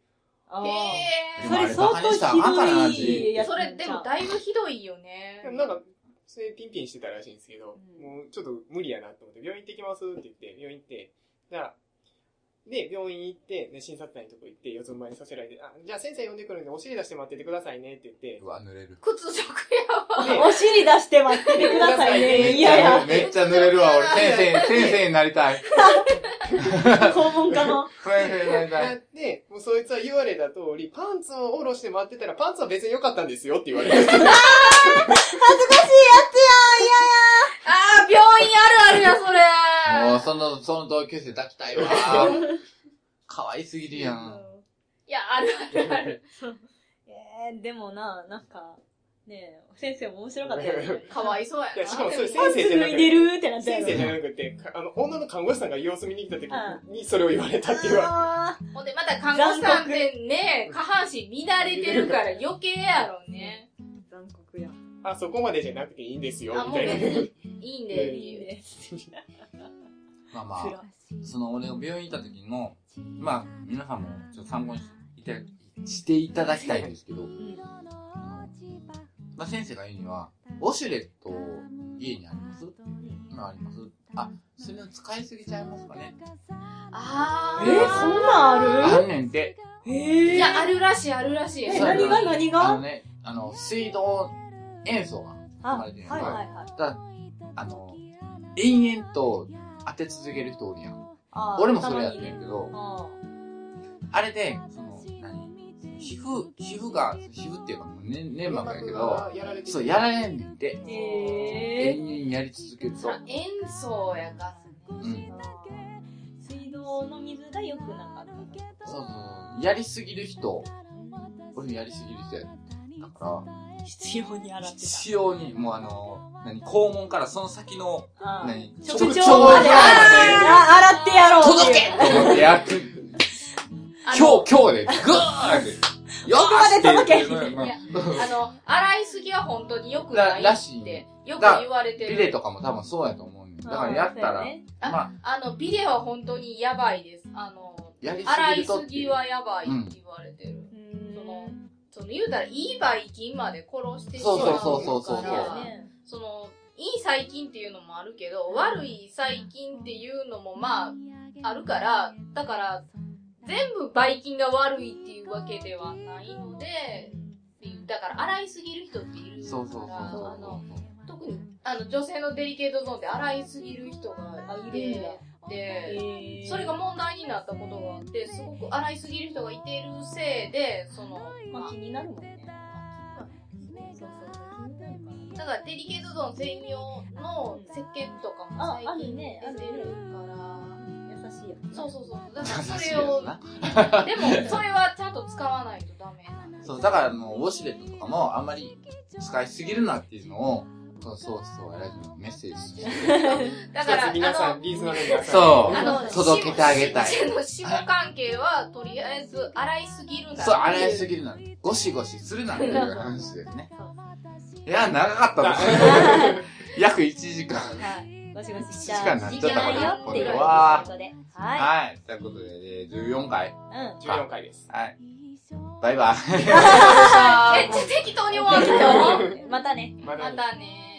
B: あー
C: へ
A: で
B: そ
A: もあ
B: れ
A: れ
B: 相
A: バカにしたらあかんから
B: 当
A: な
B: ひどい
C: え。
B: やつ
C: それ、でもだいぶひどいよね。
D: でもなんか、それピンピンしてたらしいんですけど、
B: うん
D: もうちょっと無理やなと思って、病院行ってきますって言って、病院行って、だから、で、病院行って、ね、診察台のとこ行って、四つん這いにさせられて、あ、じゃあ先生呼んでくるんで、お尻出して待っててくださいねって 言って、
A: うわ、濡れる。
C: 屈辱
B: お尻出して待っててく ださいね。いやいや、
A: めっちゃ濡れるわ、俺。先生、先生になりたい。
B: 肛門 科の。
A: 先生になりた
D: や
A: い。
D: って、もうそいつは言われた通り、パンツを下ろして待ってたら、パンツは別に良かったんですよって言われて。
B: 恥ずかしいや
C: あー、病院あるあるや、それ。
A: もう、その、その同級生抱きたいわ。可愛すぎるや
B: つやん、
A: ん。
C: いや、あるあるある。
B: えー、でもな、なんか、ねえ、先生も面白かったよね。
C: かわいそうや
D: いや、しかも
C: な。
D: それ先
B: パンツ
D: 生じゃ
B: 脱
D: ない
B: で
D: くて、
B: るってなった
D: 先
B: よ
D: 生じ
B: ね。
D: ゃなくて、かあの、女の看護師さんが様子見に来た時に、それを言われたっていうわ。
B: あ
C: ほんで、また看護師さんってね、下半身乱れてるから余計やろね。
B: ー残酷や。
D: あ、そこまでじゃなくていいんですよ
C: あ、、
D: み
C: もう
D: たい
C: 別
D: な。
C: にいいんで、って
B: いい
C: いう。
B: ね。
A: まあま
B: 辛い
A: あ、その俺を病院行った時の、まあ、皆さんもちょっと参考にしていたしていただきたいんですけど、
B: うん。
A: まあ先生が言うには、ウォシュレット家にあります今ありますあ、それを使いすぎちゃいますかね
C: あ
B: え
C: ー。
B: ー、そんなんあ
A: あ
B: る
A: んねんて。
B: えー。
C: いや、あるらしい、あるらしい。
B: え
A: そう
B: 何が何が
A: あのね、あの、水道塩素が
B: あ、
A: 含ま
B: は
A: れ
B: い
A: てる
B: はいはい。
A: だからあの、延々と当て続ける人おるやん。
B: あー
A: 俺もそれやってんけ。ど、
B: あ
A: あれで、その、何皮膚、皮膚が、皮膚っていうかもう粘粘膜やけど、
D: やられて
A: そう、やられんねんて。
B: ーえ
A: 延々やり続けると。
C: あ塩素やから
A: う
C: ね。
A: ん
B: ー。水道の水が良くなかった。
A: そうそう。やりすぎる人、俺もやりすぎる人やだから、
B: 必要に洗って
A: 必要に、もうあの、何、肛門からその先の、
B: た。あー
A: 何、
B: 直腸まで
A: 直
B: あー洗ってやろう
A: 届
B: ってい
A: け
B: う
A: と思ってやって、
C: あの
A: 今日、今日で、ぐーって、よーし
B: ここまで届け
A: っていううん
C: いやあの、洗いすぎは本当に良くな
A: ら
C: い
A: らしい
C: って、よく
A: だ
C: 言われて
A: ビレ
C: る。
A: とかも多分そうやと思うねんだからやった
B: そう
A: ら、
B: ね
A: まあ、
C: あの、ビデは本当にやばいです。あの、
A: やりす
C: 洗
A: ぎ
C: い
A: るとっ
C: す
A: てい
C: ぎ
A: う。
C: はやばいって言われてる。
B: うーん
C: その、その言うたら、いいばい菌まで殺してしま
A: そううそうそうそうそう
B: そ
C: か
B: うや
C: ら、
B: ね
C: その、いい細菌っていうのもあるけど、悪い細菌っていうのもまあ、あるから、だから、全部ばい菌が悪いっていうわけではないので、っていうだから、洗いすぎる人っているから、
A: そうそうそうそう
C: あの、
A: そう。
C: 特にあの女性のデリケートゾーンで洗いすぎる人がい
B: いるんだ
C: てでそれが問題になったことがあってすごく洗いすぎる人がいているせいでその
B: まあ
C: まあ
B: 気になるもんね。
C: そうそうだからデリケートゾーン専用の石鹸とかも
B: ああ
C: 最
B: る
C: 近
B: ね
C: 出てるから。
B: 優しいやつ。
C: そうそうそう。だからそ
A: 優しい
C: れ
A: や
C: を
A: つ、な
C: でもそれはちゃんと使わないとダメなんです
A: そう、だからもうウォシュレットとかもあんまり使いすぎるなっていうのを、そうそうそう、ラジオのメッセージとして。
C: だから、
D: 一つ皆さ
C: あの
D: ん、リーズナブルな
A: そう
C: あの、
A: 届けてあげたい
C: 死後死後関係は、とりあえず、洗いすぎるなってい。
A: そう、洗いすぎるな。ゴシゴシするなっていう話ですね。いや、長かったで す。約1時間。
B: はい。ゴシゴシしち
A: 時間
B: ゃ
A: にな
B: う。
A: っ
B: い
A: ちゃった
B: けな
A: か
B: い
A: ら
B: よっていう
A: これは
B: ことで。は
A: はい。ということで、えー14回。
B: い。うん。
D: 14回です。
A: はい。バイバイ。
C: めっちゃ適当に終わるよ。
B: またね。
D: まだ
C: またね